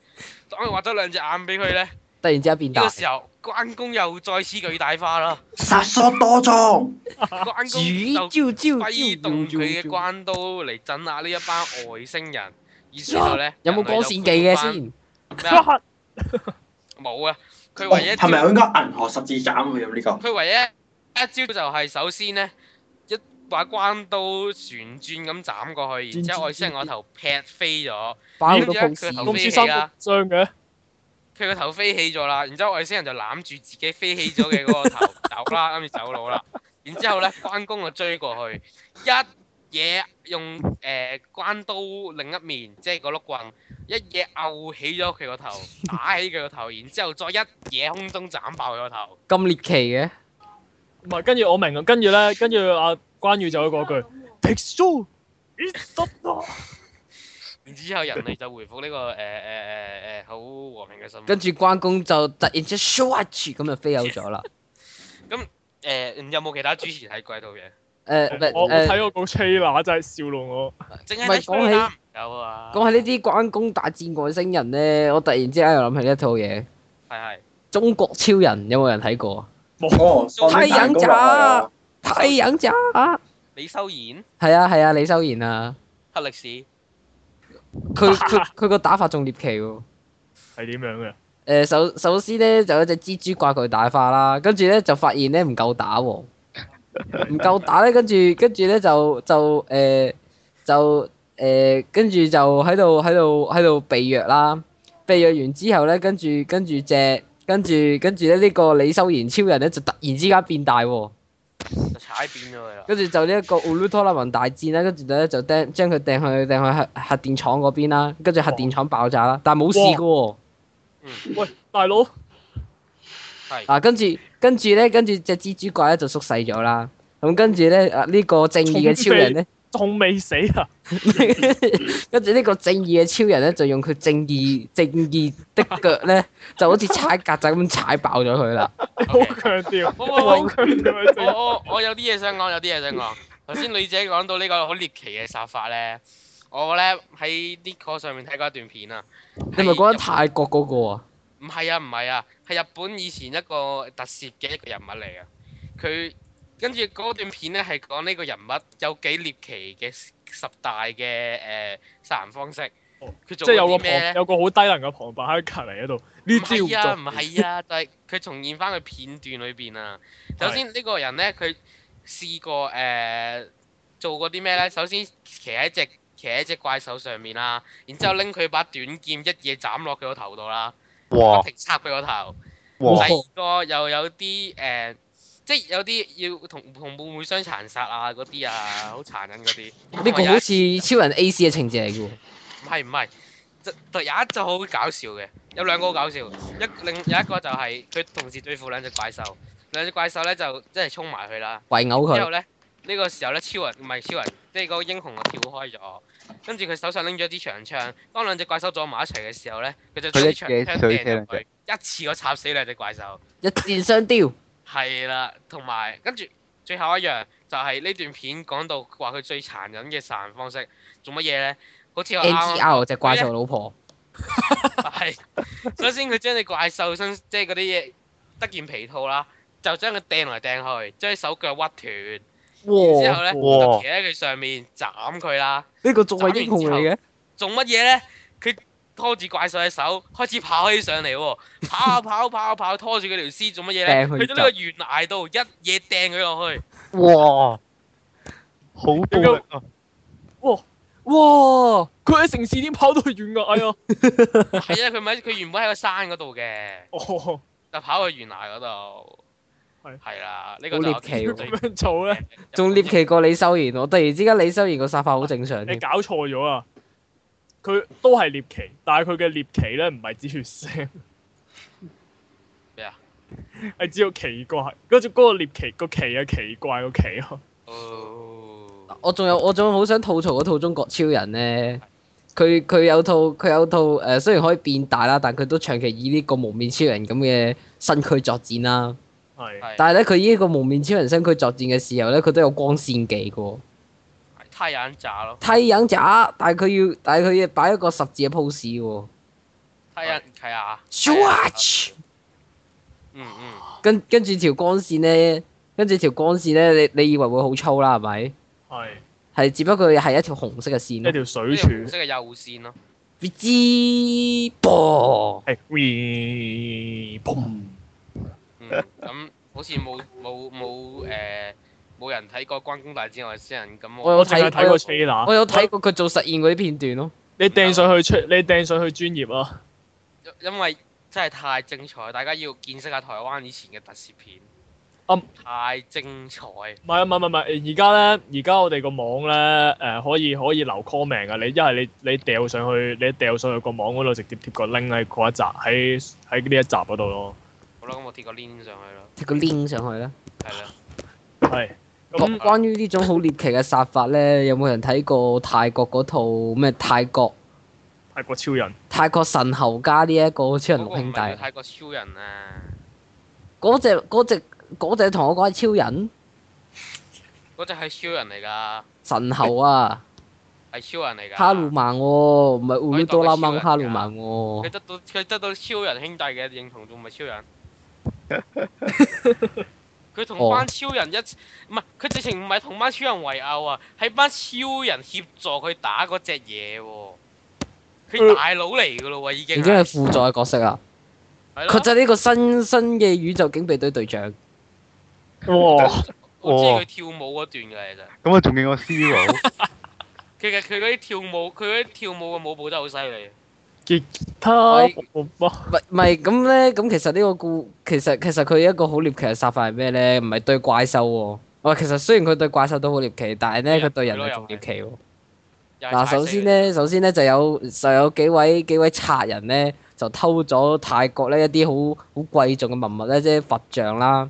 [SPEAKER 5] 當佢畫咗兩隻眼俾佢咧，呢、
[SPEAKER 3] 突然之間變
[SPEAKER 5] 呢個
[SPEAKER 3] 大，
[SPEAKER 5] 時候關公又再次巨大化啦。
[SPEAKER 1] 殺傷多裝，
[SPEAKER 5] 關
[SPEAKER 3] 咦
[SPEAKER 5] 公就
[SPEAKER 3] 招招
[SPEAKER 5] 揮動
[SPEAKER 3] 招
[SPEAKER 5] 佢
[SPEAKER 3] 招
[SPEAKER 5] 嘅
[SPEAKER 3] 招，
[SPEAKER 5] 關刀嚟鎮壓呢一班外星人，而之後咧
[SPEAKER 3] 有冇光線技嘅？先？
[SPEAKER 5] 人類就恢復返咩啊啊冇啊！佢唯
[SPEAKER 3] 哦
[SPEAKER 5] 一
[SPEAKER 1] 哦係咪應該銀河十字斬佢咁呢個？
[SPEAKER 5] 佢唯一一招就係首先咧一把關刀旋轉咁斬過去，然之後外星人個頭劈飛咗。
[SPEAKER 3] 擺好多
[SPEAKER 5] 點
[SPEAKER 3] p ose
[SPEAKER 5] 解啊佢
[SPEAKER 2] 咁
[SPEAKER 5] 後尾
[SPEAKER 2] 珠三角傷嘅，
[SPEAKER 5] 佢個頭飛起咗啦，然之後外星人就攬住自己飛起咗嘅嗰個頭走啦， 啱住走佬啦。然之後咧，關公就追過去，一嘢用誒、呃、關刀另一面，即係個碌棍，一嘢摳起咗佢個頭，打起佢個頭，然之後再一嘢空中斬爆佢個頭。
[SPEAKER 3] 咁獵奇嘅，
[SPEAKER 5] 嗯
[SPEAKER 2] 唔係跟住我明啊，跟住咧，跟住阿關羽就有嗰句 take two，咦得啦！
[SPEAKER 5] 然之後人類就回復呢、個誒誒誒誒好和平嘅生活。
[SPEAKER 3] 跟住關公就突然之間 short 咁就飛走咗 啦。
[SPEAKER 5] 誒、有冇其他主持睇鬼套嘢？
[SPEAKER 3] 誒唔係
[SPEAKER 2] 我
[SPEAKER 5] 呃
[SPEAKER 3] 誒。
[SPEAKER 2] 睇我個 trailer 真係笑到我，
[SPEAKER 5] 淨係
[SPEAKER 3] 唔係
[SPEAKER 5] 睇
[SPEAKER 3] 講
[SPEAKER 5] 吹
[SPEAKER 3] 起
[SPEAKER 5] 啦有啊。
[SPEAKER 3] 講起呢啲關公大戰外星人咧，我突然之間又諗起一套嘢《
[SPEAKER 5] 係係
[SPEAKER 3] 中國超人》，有冇人睇過啊？
[SPEAKER 1] 哦，
[SPEAKER 5] 太
[SPEAKER 1] 陽
[SPEAKER 3] 陽
[SPEAKER 1] 啊
[SPEAKER 3] 爪！太陽爪
[SPEAKER 5] 李修賢
[SPEAKER 3] 係啊係啊，李修賢啊，
[SPEAKER 5] 黑歷史。
[SPEAKER 3] 佢佢佢個打法仲獵奇喎。
[SPEAKER 2] 係點樣嘅？
[SPEAKER 3] 誒、呃首首先咧就有隻蜘蛛掛佢大化啦，跟住咧就發現咧唔夠打喎，唔夠打咧，跟住跟住咧就就誒、呃就誒、呃跟住就喺度喺度喺度避藥啦，避藥完之後咧，跟住跟住隻跟住跟住咧呢、個李修賢超人咧就突然之間變大喎。
[SPEAKER 5] 就踩扁咗佢啦。
[SPEAKER 3] 跟住就呢一個奧魯托拉文大戰啦，跟住咧就掟將佢掟去掟去核核電廠嗰邊啦，跟住核電廠爆炸啦，但係冇事嘅喎。
[SPEAKER 2] 喂，大佬，
[SPEAKER 5] 係
[SPEAKER 3] 嗱，跟住跟啊住咧，跟住只蜘蛛怪咧就縮細咗啦。咁跟住咧，啊呢個正義嘅超人咧
[SPEAKER 2] 仲未死 啊！
[SPEAKER 3] 跟住呢個正義嘅超人咧，就用佢正義正義的腳咧， 就好似踩曱甴咁踩爆咗 佢啦。
[SPEAKER 2] 你好強調，
[SPEAKER 5] 我
[SPEAKER 2] 你好
[SPEAKER 5] 我
[SPEAKER 2] 強調啊嘅
[SPEAKER 5] 我
[SPEAKER 2] 正
[SPEAKER 5] 我我有啲嘢想講，有啲嘢想講。頭先女姐講到呢個好獵奇嘅殺法咧，我咧喺 n i c o 上面睇過一段片啊。
[SPEAKER 3] 你咪講
[SPEAKER 5] 係
[SPEAKER 3] 得
[SPEAKER 5] 日
[SPEAKER 3] 泰國嗰個啊？
[SPEAKER 5] 唔係啊，唔係啊，係日本以前一個特攝嘅一個人物嚟啊。佢跟住嗰段片咧係講呢個人物有幾獵奇嘅十大嘅誒、呃、殺人方式。佢
[SPEAKER 2] 即
[SPEAKER 5] 做
[SPEAKER 2] 係有個
[SPEAKER 5] 過啲咩咧
[SPEAKER 2] 旁？有個好低能嘅旁白喺隔離嗰度，呢
[SPEAKER 5] 唔
[SPEAKER 2] 招
[SPEAKER 5] 係啊，唔
[SPEAKER 2] 唔做。
[SPEAKER 5] 係啊，就係佢重現翻佢片段裏邊啊。
[SPEAKER 2] 係
[SPEAKER 5] 首先呢個人咧，佢試過誒、呃做過啲咩咧？首先騎喺只騎喺只怪獸上面啦，然之後拎佢把短劍一嘢斬落佢個頭度啦，不
[SPEAKER 7] 哇
[SPEAKER 5] 停插佢個頭。
[SPEAKER 7] 哇
[SPEAKER 5] 第二個又有啲誒、呃即係有啲要同同妹妹相殘殺啊嗰啲啊，好殘忍嗰啲。
[SPEAKER 3] 呢個好似超人 A C 嘅情節嚟嘅喎。
[SPEAKER 5] 唔係唔係，就就有一隻好搞笑嘅，有兩個好搞笑，一另有一個就係佢同時對付兩隻怪獸，兩隻怪獸咧就即係衝埋去啦，
[SPEAKER 3] 圍毆
[SPEAKER 5] 之後
[SPEAKER 3] 佢，
[SPEAKER 5] 咧呢、個時候咧超人唔係超人，即係嗰個英雄就跳開咗，跟住佢手上拎咗支長槍，當兩隻怪獸撞埋一齊嘅時候咧，佢就將啲長槍
[SPEAKER 4] 佢一嘢
[SPEAKER 5] 掟入去，一次過插死兩隻怪獸。
[SPEAKER 3] 一箭雙雕，
[SPEAKER 5] 係啦，同埋跟住最後一樣就係呢段片講到話佢最殘忍嘅殺人方式做乜嘢咧？好
[SPEAKER 3] 啊
[SPEAKER 5] 似我啱啱
[SPEAKER 3] NTR 隻怪獸老 婆，
[SPEAKER 5] 係，首先佢將隻怪獸身，即係嗰啲嘢得件皮套啦，就將佢掟嚟掟去，將啲手腳屈斷，然之後咧就
[SPEAKER 7] 哇
[SPEAKER 5] 騎喺佢上面斬佢啦。
[SPEAKER 3] 呢個仲係英雄嚟嘅，
[SPEAKER 5] 做乜嘢咧？佢拖住怪獸嘅手，開始跑起上嚟 喎，跑啊跑啊跑啊跑啊，拖住佢條屍做乜嘢咧？
[SPEAKER 3] 掟佢
[SPEAKER 5] 去到呢個懸崖度，一嘢掟佢落去。
[SPEAKER 4] 哇！好暴力啊！
[SPEAKER 2] 哇！佢喺城市點跑到遠啊！哎 呀，
[SPEAKER 5] 係啊，佢咪佢原本喺個山嗰度嘅，
[SPEAKER 2] 哦，
[SPEAKER 5] 就跑去懸崖嗰度。
[SPEAKER 2] 係
[SPEAKER 5] 係啦，呢個
[SPEAKER 3] 好
[SPEAKER 5] 就
[SPEAKER 3] 獵奇
[SPEAKER 5] 我
[SPEAKER 2] 點
[SPEAKER 5] 最
[SPEAKER 3] 喎，
[SPEAKER 2] 樣做咧？
[SPEAKER 3] 仲獵奇過李修賢。我突然之間李修賢個殺法好正常
[SPEAKER 2] 你
[SPEAKER 3] 添，
[SPEAKER 2] 搞錯咗啊！佢都係獵奇，但係佢嘅獵奇咧唔係指血腥。
[SPEAKER 5] 咩啊？
[SPEAKER 2] 係指個奇怪，嗰種嗰個獵奇個奇啊奇怪個奇咯。
[SPEAKER 5] 哦
[SPEAKER 3] 我仲有我仲好想吐槽嗰套中國超人咧。佢佢有套佢有套誒、呃，雖然可以變大啦，但佢都長期以呢個蒙面超人咁嘅身軀作戰啦。
[SPEAKER 2] 係
[SPEAKER 5] 係
[SPEAKER 3] 但係咧，佢呢個蒙面超人身軀作戰嘅時候咧，佢都有光線技嘅喎。
[SPEAKER 5] 太眼炸咯，
[SPEAKER 3] 剃影渣，但係佢要，但係佢要擺一個十字嘅 pose 喎。
[SPEAKER 5] 太眼係啊，
[SPEAKER 3] Swatch，
[SPEAKER 5] 嗯嗯，
[SPEAKER 3] 跟跟住條光線咧，跟住條光線咧，你你以為會好粗啦，係咪？
[SPEAKER 2] 係
[SPEAKER 3] 係，只不過係一條紅色嘅線
[SPEAKER 2] 一
[SPEAKER 3] 咯。
[SPEAKER 2] 條水
[SPEAKER 5] 呢個紅
[SPEAKER 2] 柱
[SPEAKER 5] 色嘅右線咯，
[SPEAKER 3] 知噃，
[SPEAKER 2] 係 we 砰
[SPEAKER 5] 嗯，咁好似冇冇冇誒冇人睇過關公大戰外星人咁，
[SPEAKER 3] 我
[SPEAKER 2] 我
[SPEAKER 3] 有
[SPEAKER 2] 淨係
[SPEAKER 3] 睇
[SPEAKER 2] 睇過 trailer，
[SPEAKER 3] 我有睇過佢做實驗嗰啲片段咯。
[SPEAKER 2] 你掟上去出，你掟上去專業啊！
[SPEAKER 5] 因為真係太精彩，大家要見識下台灣以前嘅特攝片，
[SPEAKER 2] 嗯
[SPEAKER 5] 太精彩，
[SPEAKER 2] 唔係啊，唔係唔係唔係，而家咧，而家我哋個網咧，誒、可以可以留 comment 噶，你一係你你掉上去，你掉上去個網嗰度直接貼個 link 喺嗰一集，喺喺呢一集嗰度咯，
[SPEAKER 5] 好啦，咁我貼個 link 上去咯，
[SPEAKER 3] 踢個 link 上去啦。
[SPEAKER 5] 係啦，
[SPEAKER 2] 係
[SPEAKER 3] 咁
[SPEAKER 2] 咁
[SPEAKER 3] 關於呢種好獵奇嘅殺法咧，有冇人睇過泰國嗰套咩泰國
[SPEAKER 2] 泰國超人
[SPEAKER 3] 泰國神猴加呢一個超人六
[SPEAKER 5] 嗰個唔
[SPEAKER 3] 兄弟？
[SPEAKER 5] 係泰國超人啊，
[SPEAKER 3] 嗰只嗰只嗰只同我講係超人
[SPEAKER 5] 嗰隻係超人嚟㗎，
[SPEAKER 3] 神猴啊，
[SPEAKER 5] 係超人嚟㗎，
[SPEAKER 3] 哈魯曼喎，唔係烏魯多拉曼哈魯曼
[SPEAKER 5] 佢
[SPEAKER 3] 喎，
[SPEAKER 5] 得到佢得到超人兄弟嘅認同，仲唔係超人？佢同班超人一唔係，佢直情唔係同班超人為拗啊，係班超人協助佢打嗰只嘢喎。佢大佬嚟噶咯喎，已經
[SPEAKER 3] 已經係輔助嘅角色啦。
[SPEAKER 5] 係
[SPEAKER 3] 佢
[SPEAKER 5] 咯。
[SPEAKER 3] 就係呢個新新嘅宇宙警備隊隊長，
[SPEAKER 2] 哇！
[SPEAKER 5] 我知佢跳舞嗰段㗎，其實
[SPEAKER 4] 咁啊，仲勁過 Zero。
[SPEAKER 5] 其實佢嗰啲跳舞，佢嗰啲跳舞嘅舞步真係好犀利。
[SPEAKER 2] 吉他
[SPEAKER 5] 喂
[SPEAKER 2] 我哇
[SPEAKER 3] 唔係唔係咁咧，咁其實呢個故其實其實佢一個好獵奇嘅殺法係咩咧？唔係對怪獸喎、哇，其實雖然佢對怪獸都好獵奇，但係咧
[SPEAKER 5] 係啊
[SPEAKER 3] 佢對人
[SPEAKER 5] 係咯
[SPEAKER 3] 係
[SPEAKER 5] 又
[SPEAKER 3] 仲獵奇喎。
[SPEAKER 5] 又係
[SPEAKER 3] 嗱，
[SPEAKER 5] 踩死
[SPEAKER 3] 首先
[SPEAKER 5] 佢
[SPEAKER 3] 咧，首先咧就有就有幾位幾位賊人咧，就偷咗泰國咧一啲好好貴重嘅文物咧，即係佛像啦。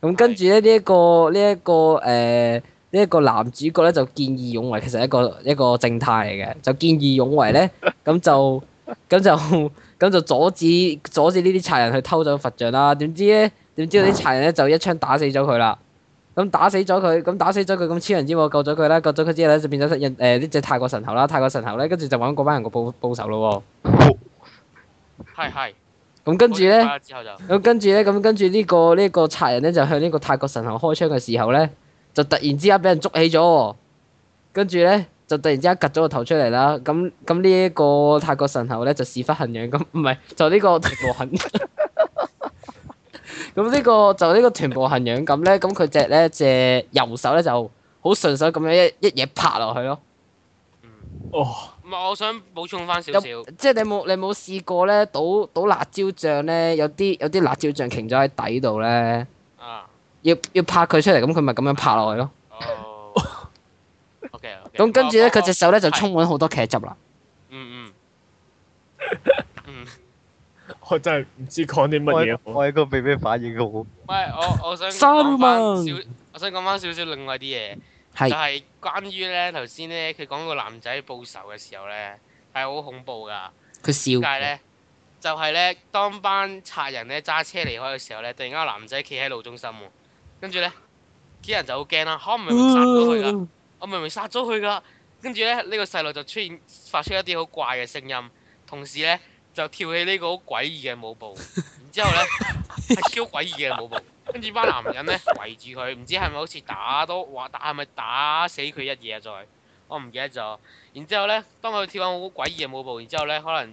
[SPEAKER 3] 咁跟住咧呢一個呢一、個誒誒、呢一個男主角咧就見義勇為，其實係一個一個正太嚟嘅，就見義勇 為咧，咁就咁就咁就阻止阻止呢啲賊人去偷走佛像啦。點知咧，點知道啲賊人咧就一槍打死咗佢啦。咁打死咗佢，咁打死咗佢，咁超人之母救咗佢啦，救咗佢之後咧就變咗印誒呢只泰國神猴啦，泰國神猴咧跟住就揾嗰班人個報報仇咯
[SPEAKER 5] 係係。
[SPEAKER 3] 喎。咁跟住咧。
[SPEAKER 5] 好之後就
[SPEAKER 3] 咁跟住咧，咁跟住呢、個呢、個賊人咧就向呢個泰國神猴開槍嘅時候咧，就突然之間俾人捉起咗喎。跟住咧就突然之間擳咗個頭出嚟啦。咁咁呢一個泰國神猴咧就屎忽痕樣咁， 唔係就呢個臀部痕。 咁呢、個就呢個臀部痕樣咁咧，咁佢隻咧隻右手咧就好順手咁樣一一嘢拍落去咯。
[SPEAKER 5] 嗯
[SPEAKER 2] 哦，
[SPEAKER 5] 唔係，我想補充翻少
[SPEAKER 3] 有
[SPEAKER 5] 少。
[SPEAKER 3] 即係你冇你冇試過咧倒倒辣椒醬咧，有啲有啲辣椒醬擎咗喺底度咧。
[SPEAKER 5] 啊，
[SPEAKER 3] 要要拍佢出嚟，咁佢咪咁樣拍落去咯。
[SPEAKER 5] 哦。O K。
[SPEAKER 3] 咁跟住咧，佢隻
[SPEAKER 5] 隻
[SPEAKER 3] 手咧就
[SPEAKER 5] 係
[SPEAKER 3] 充滿好多茄汁啦。
[SPEAKER 5] 嗯嗯。嗯，
[SPEAKER 2] 我真係唔知講啲乜嘢
[SPEAKER 4] 我
[SPEAKER 2] 好。
[SPEAKER 4] 我喺個被咩反應好？
[SPEAKER 5] 喂，我我想講翻
[SPEAKER 3] Saruman
[SPEAKER 5] 少，我想講翻少少另外啲嘢。就
[SPEAKER 3] 係
[SPEAKER 5] 係關於咧頭先咧，佢講個男仔報仇嘅時候咧，係好恐怖㗎。
[SPEAKER 3] 佢笑
[SPEAKER 5] 點解
[SPEAKER 3] 嘅。
[SPEAKER 5] 咧？就係咧，當班賊人咧揸車離開嘅時候咧，突然間個男仔企喺路中心喎，跟住咧啲人就好驚啦，嚇我
[SPEAKER 2] 嗯
[SPEAKER 5] 明明殺咗佢啊㗎，我明明殺咗佢㗎，跟住咧呢、呢個細路就出現發出一啲好怪嘅聲音，同時咧就跳起呢個好詭異嘅舞步，然之後咧係超詭異嘅舞步，跟住班男人咧圍住佢，唔知係咪好似打都話打係咪打死佢一嘢啊？再我唔記得咗，然之後咧當佢跳緊好詭異嘅舞步，然之後咧可能。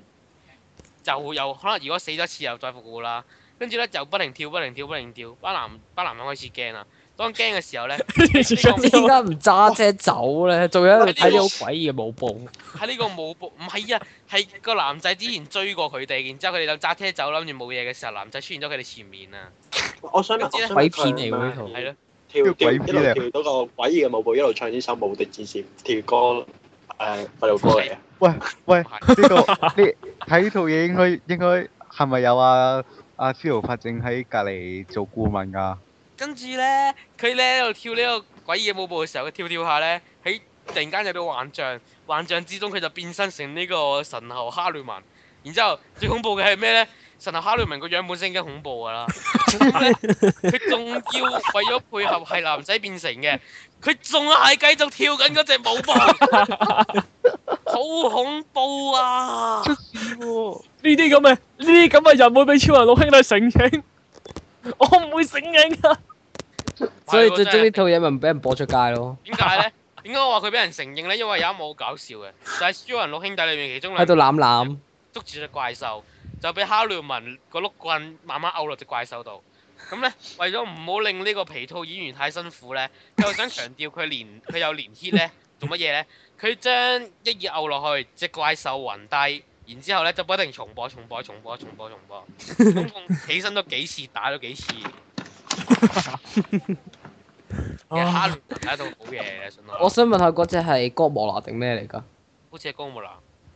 [SPEAKER 5] 就又可能如果死咗一次又再復活啦，跟住咧就不停跳不停跳不停跳，班男班男人開始驚啦。當驚嘅時候咧，
[SPEAKER 3] 你點解唔揸車走咧？仲有喺度睇啲好詭異嘅舞 步。
[SPEAKER 5] 喺呢個舞步唔係啊，係個男仔之前追過佢哋，然之後佢哋就揸車走，諗住冇嘢嘅時候，男仔出現咗佢哋前面啊，
[SPEAKER 1] 我想問，我想問
[SPEAKER 3] 鬼片嚟喎呢套
[SPEAKER 1] 佢
[SPEAKER 5] 係咯，
[SPEAKER 1] 係咪跳跳
[SPEAKER 4] 鬼
[SPEAKER 1] 一
[SPEAKER 4] 片
[SPEAKER 1] 路
[SPEAKER 4] 嚟
[SPEAKER 1] 跳嗰個詭異嘅舞步，一路唱呢首《無敵戰士》跳歌誒快樂歌嚟嘅。
[SPEAKER 4] 喂，呢
[SPEAKER 5] 係
[SPEAKER 4] 度呢睇呢套嘢應該應該係咪有啊？阿司徒法正喺隔離做顧問啊㗎？
[SPEAKER 5] 跟住咧，佢咧喺度跳呢個鬼嘢舞步嘅時候，佢跳跳下咧，喺突然間有啲幻象，幻象之中佢就變身成呢個神猴哈雷文。然之後最恐怖嘅係咩咧？神猴哈雷文個樣本身已經恐怖㗎啦，咁咧佢仲要為咗配合係男仔變成嘅，佢仲係繼續跳緊嗰隻舞步，好恐怖啊！
[SPEAKER 2] 呢啲咁嘅呢啲咁嘅人會俾超人老兄弟承認，我唔會承認噶。
[SPEAKER 3] 所以
[SPEAKER 5] 係喎
[SPEAKER 3] 最
[SPEAKER 5] 真係
[SPEAKER 3] 終呢套嘢咪唔俾人播出街咯。
[SPEAKER 5] 點解咧？點解我話佢俾人承認咧？因為有一幕好搞笑嘅，就係、超人六兄弟裏面其中兩
[SPEAKER 3] 喺度攬攬，
[SPEAKER 5] 捉住只怪獸，就俾哈廖文個碌棍慢慢勾落只怪獸度。咁咧，為咗唔好令呢個皮套演員太辛苦咧，佢又想強調佢連佢有連 hit 咧，做乜嘢咧？佢將一嘢勾落去，只怪獸暈低，然之後咧就不停重播、重播、重播、重播、重播，總共起身咗幾次，打咗幾次。其
[SPEAKER 2] 哦
[SPEAKER 5] 實哈廖文係一套好嘢嚟嘅，信
[SPEAKER 3] 我
[SPEAKER 5] 我。
[SPEAKER 3] 想問下嗰只係哥莫拿定咩嚟㗎？
[SPEAKER 5] 好似係高木蘭，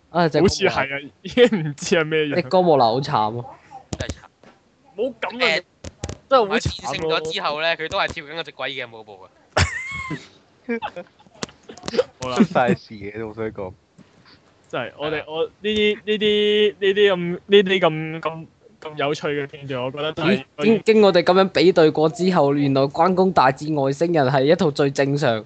[SPEAKER 3] 啊，隻
[SPEAKER 2] 好似
[SPEAKER 3] 哥莫拿
[SPEAKER 2] 係啊，已經唔知係咩
[SPEAKER 3] 隻
[SPEAKER 2] 樣。
[SPEAKER 3] 哥莫拿好慘啊！
[SPEAKER 5] 真係慘。
[SPEAKER 2] 冇咁
[SPEAKER 5] 誒
[SPEAKER 2] 嘅，真係
[SPEAKER 5] 佢
[SPEAKER 2] 好
[SPEAKER 5] 戰
[SPEAKER 2] 慘
[SPEAKER 5] 勝咗之
[SPEAKER 2] 咯。
[SPEAKER 5] 後咧，佢都係跳緊嗰只鬼嘅舞步嘅。啊
[SPEAKER 2] 好啦
[SPEAKER 4] 出，晒事嘅都好想講。
[SPEAKER 2] 真係我哋我呢啲呢啲呢啲咁呢啲咁咁咁有趣嘅片段，我覺得都係
[SPEAKER 3] 咦經經我哋咁樣比對過之後，原來《關公大戰外星人》係一套最正 常、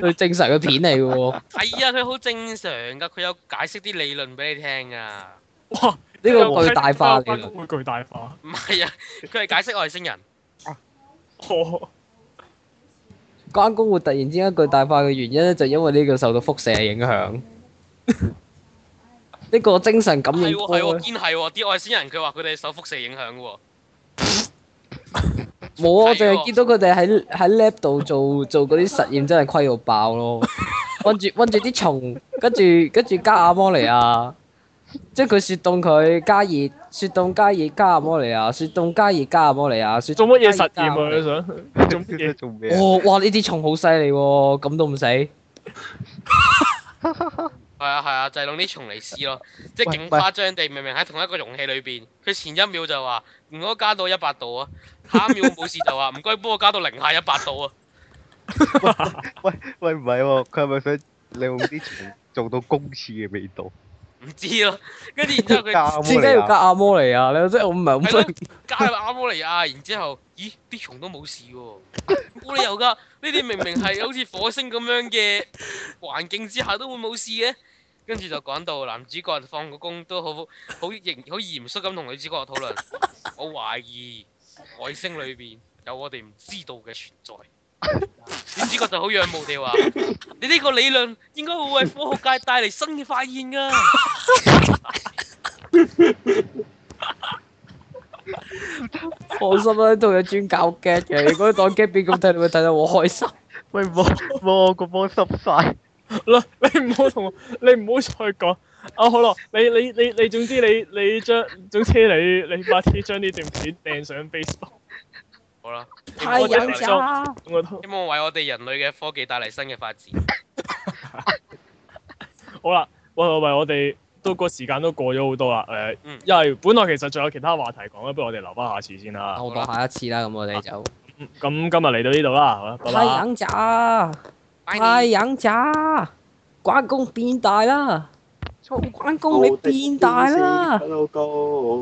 [SPEAKER 3] 最正常嘅片嚟嘅喎。
[SPEAKER 5] 係啊，佢好正常噶，佢有解釋啲理論俾你聽噶。
[SPEAKER 2] 哇！
[SPEAKER 3] 呢個巨大化嚟㗎。
[SPEAKER 2] 嚟，巨大化。
[SPEAKER 5] 唔係啊，佢係解釋外星人。
[SPEAKER 2] 哦，
[SPEAKER 3] 關公會突然之間巨大化嘅原因咧，就因為呢個受到輻射影響， 呢個精神感
[SPEAKER 5] 係
[SPEAKER 3] 染
[SPEAKER 5] 喎
[SPEAKER 3] 科
[SPEAKER 5] 係喎，
[SPEAKER 3] 呢
[SPEAKER 5] 堅係喎，啲外星人佢話佢哋受輻射影響喎。
[SPEAKER 3] 冇啊！我
[SPEAKER 5] 係喎
[SPEAKER 3] 淨係見到佢哋喺喺 lab 度做做嗰啲實驗，真係虧到爆咯！ 韞住韞住啲蟲，跟住跟住加阿摩尼亞，即係佢雪凍佢加熱，雪凍加熱加阿摩尼亞，雪凍加熱加阿摩尼亞，雪凍
[SPEAKER 2] 做乜嘢
[SPEAKER 3] 加
[SPEAKER 2] 實
[SPEAKER 3] 熱加阿摩尼亞
[SPEAKER 2] 驗啊？你想做乜嘢？
[SPEAKER 4] 做咩啊？
[SPEAKER 3] 哦，哇！呢啲蟲好犀利喎，咁都唔死。
[SPEAKER 5] 係啊係啊，就係用啲蟲嚟試咯，即係
[SPEAKER 4] 喂
[SPEAKER 5] 勁
[SPEAKER 4] 喂
[SPEAKER 5] 誇張地，明明喺同一個容器裏邊，佢前一秒就話唔該加到一百度啊，下一秒冇事就話唔該幫我加到零下一百度啊，
[SPEAKER 4] 喂，唔係喎，佢係咪想利用啲蟲做到公廁嘅味道？
[SPEAKER 5] 唔知咯。跟住然之後佢
[SPEAKER 4] 加
[SPEAKER 3] 點
[SPEAKER 4] 摩
[SPEAKER 3] 解
[SPEAKER 4] 利
[SPEAKER 3] 要加
[SPEAKER 4] 亞，
[SPEAKER 3] 阿摩尼啊？你即係我唔係
[SPEAKER 5] 係咯
[SPEAKER 3] 咁
[SPEAKER 5] 加入阿摩尼亞，啊然之後，咦啲蟲都冇事喎，冇理由㗎。呢啲明明係好似火星咁樣嘅環境之下都會冇事嘅。跟住就講到男主角放個工都好好嚴好嚴肅咁同女主角討論。我懷疑外星裏邊有我哋唔知道嘅存在。女主角就好仰慕地話：你呢個理論應該會為科學界帶嚟新嘅發現㗎。
[SPEAKER 3] 放心啦，呢度有專搞 get 嘅。如果當 get 片咁睇，你會睇到我開 心。
[SPEAKER 4] 喂唔好唔好我個波濕晒。
[SPEAKER 2] 嗱，你唔好同我， 你唔好再講。啊，好啦，你你你你，總之你你將，總之你你快啲將呢段片掟上 Facebook，
[SPEAKER 5] 好啦，
[SPEAKER 2] 太有
[SPEAKER 5] 希
[SPEAKER 2] 咁我都
[SPEAKER 5] 望為我哋人類嘅科技帶嚟新嘅發展。
[SPEAKER 2] 好啦。喂喂喂，我哋都個時間都過咗好多啦。誒、
[SPEAKER 5] 嗯
[SPEAKER 2] 因為本來其實仲有其他話題講嘅，不如我哋留翻下次先啦。
[SPEAKER 3] 我講下一次啦，咁我哋就
[SPEAKER 2] 咁今日嚟到呢度啦，好啦，拜
[SPEAKER 3] 太
[SPEAKER 2] 拜。
[SPEAKER 3] 陽咋，太陽咋，關公變大啦，關公你變大啦。
[SPEAKER 6] 好高。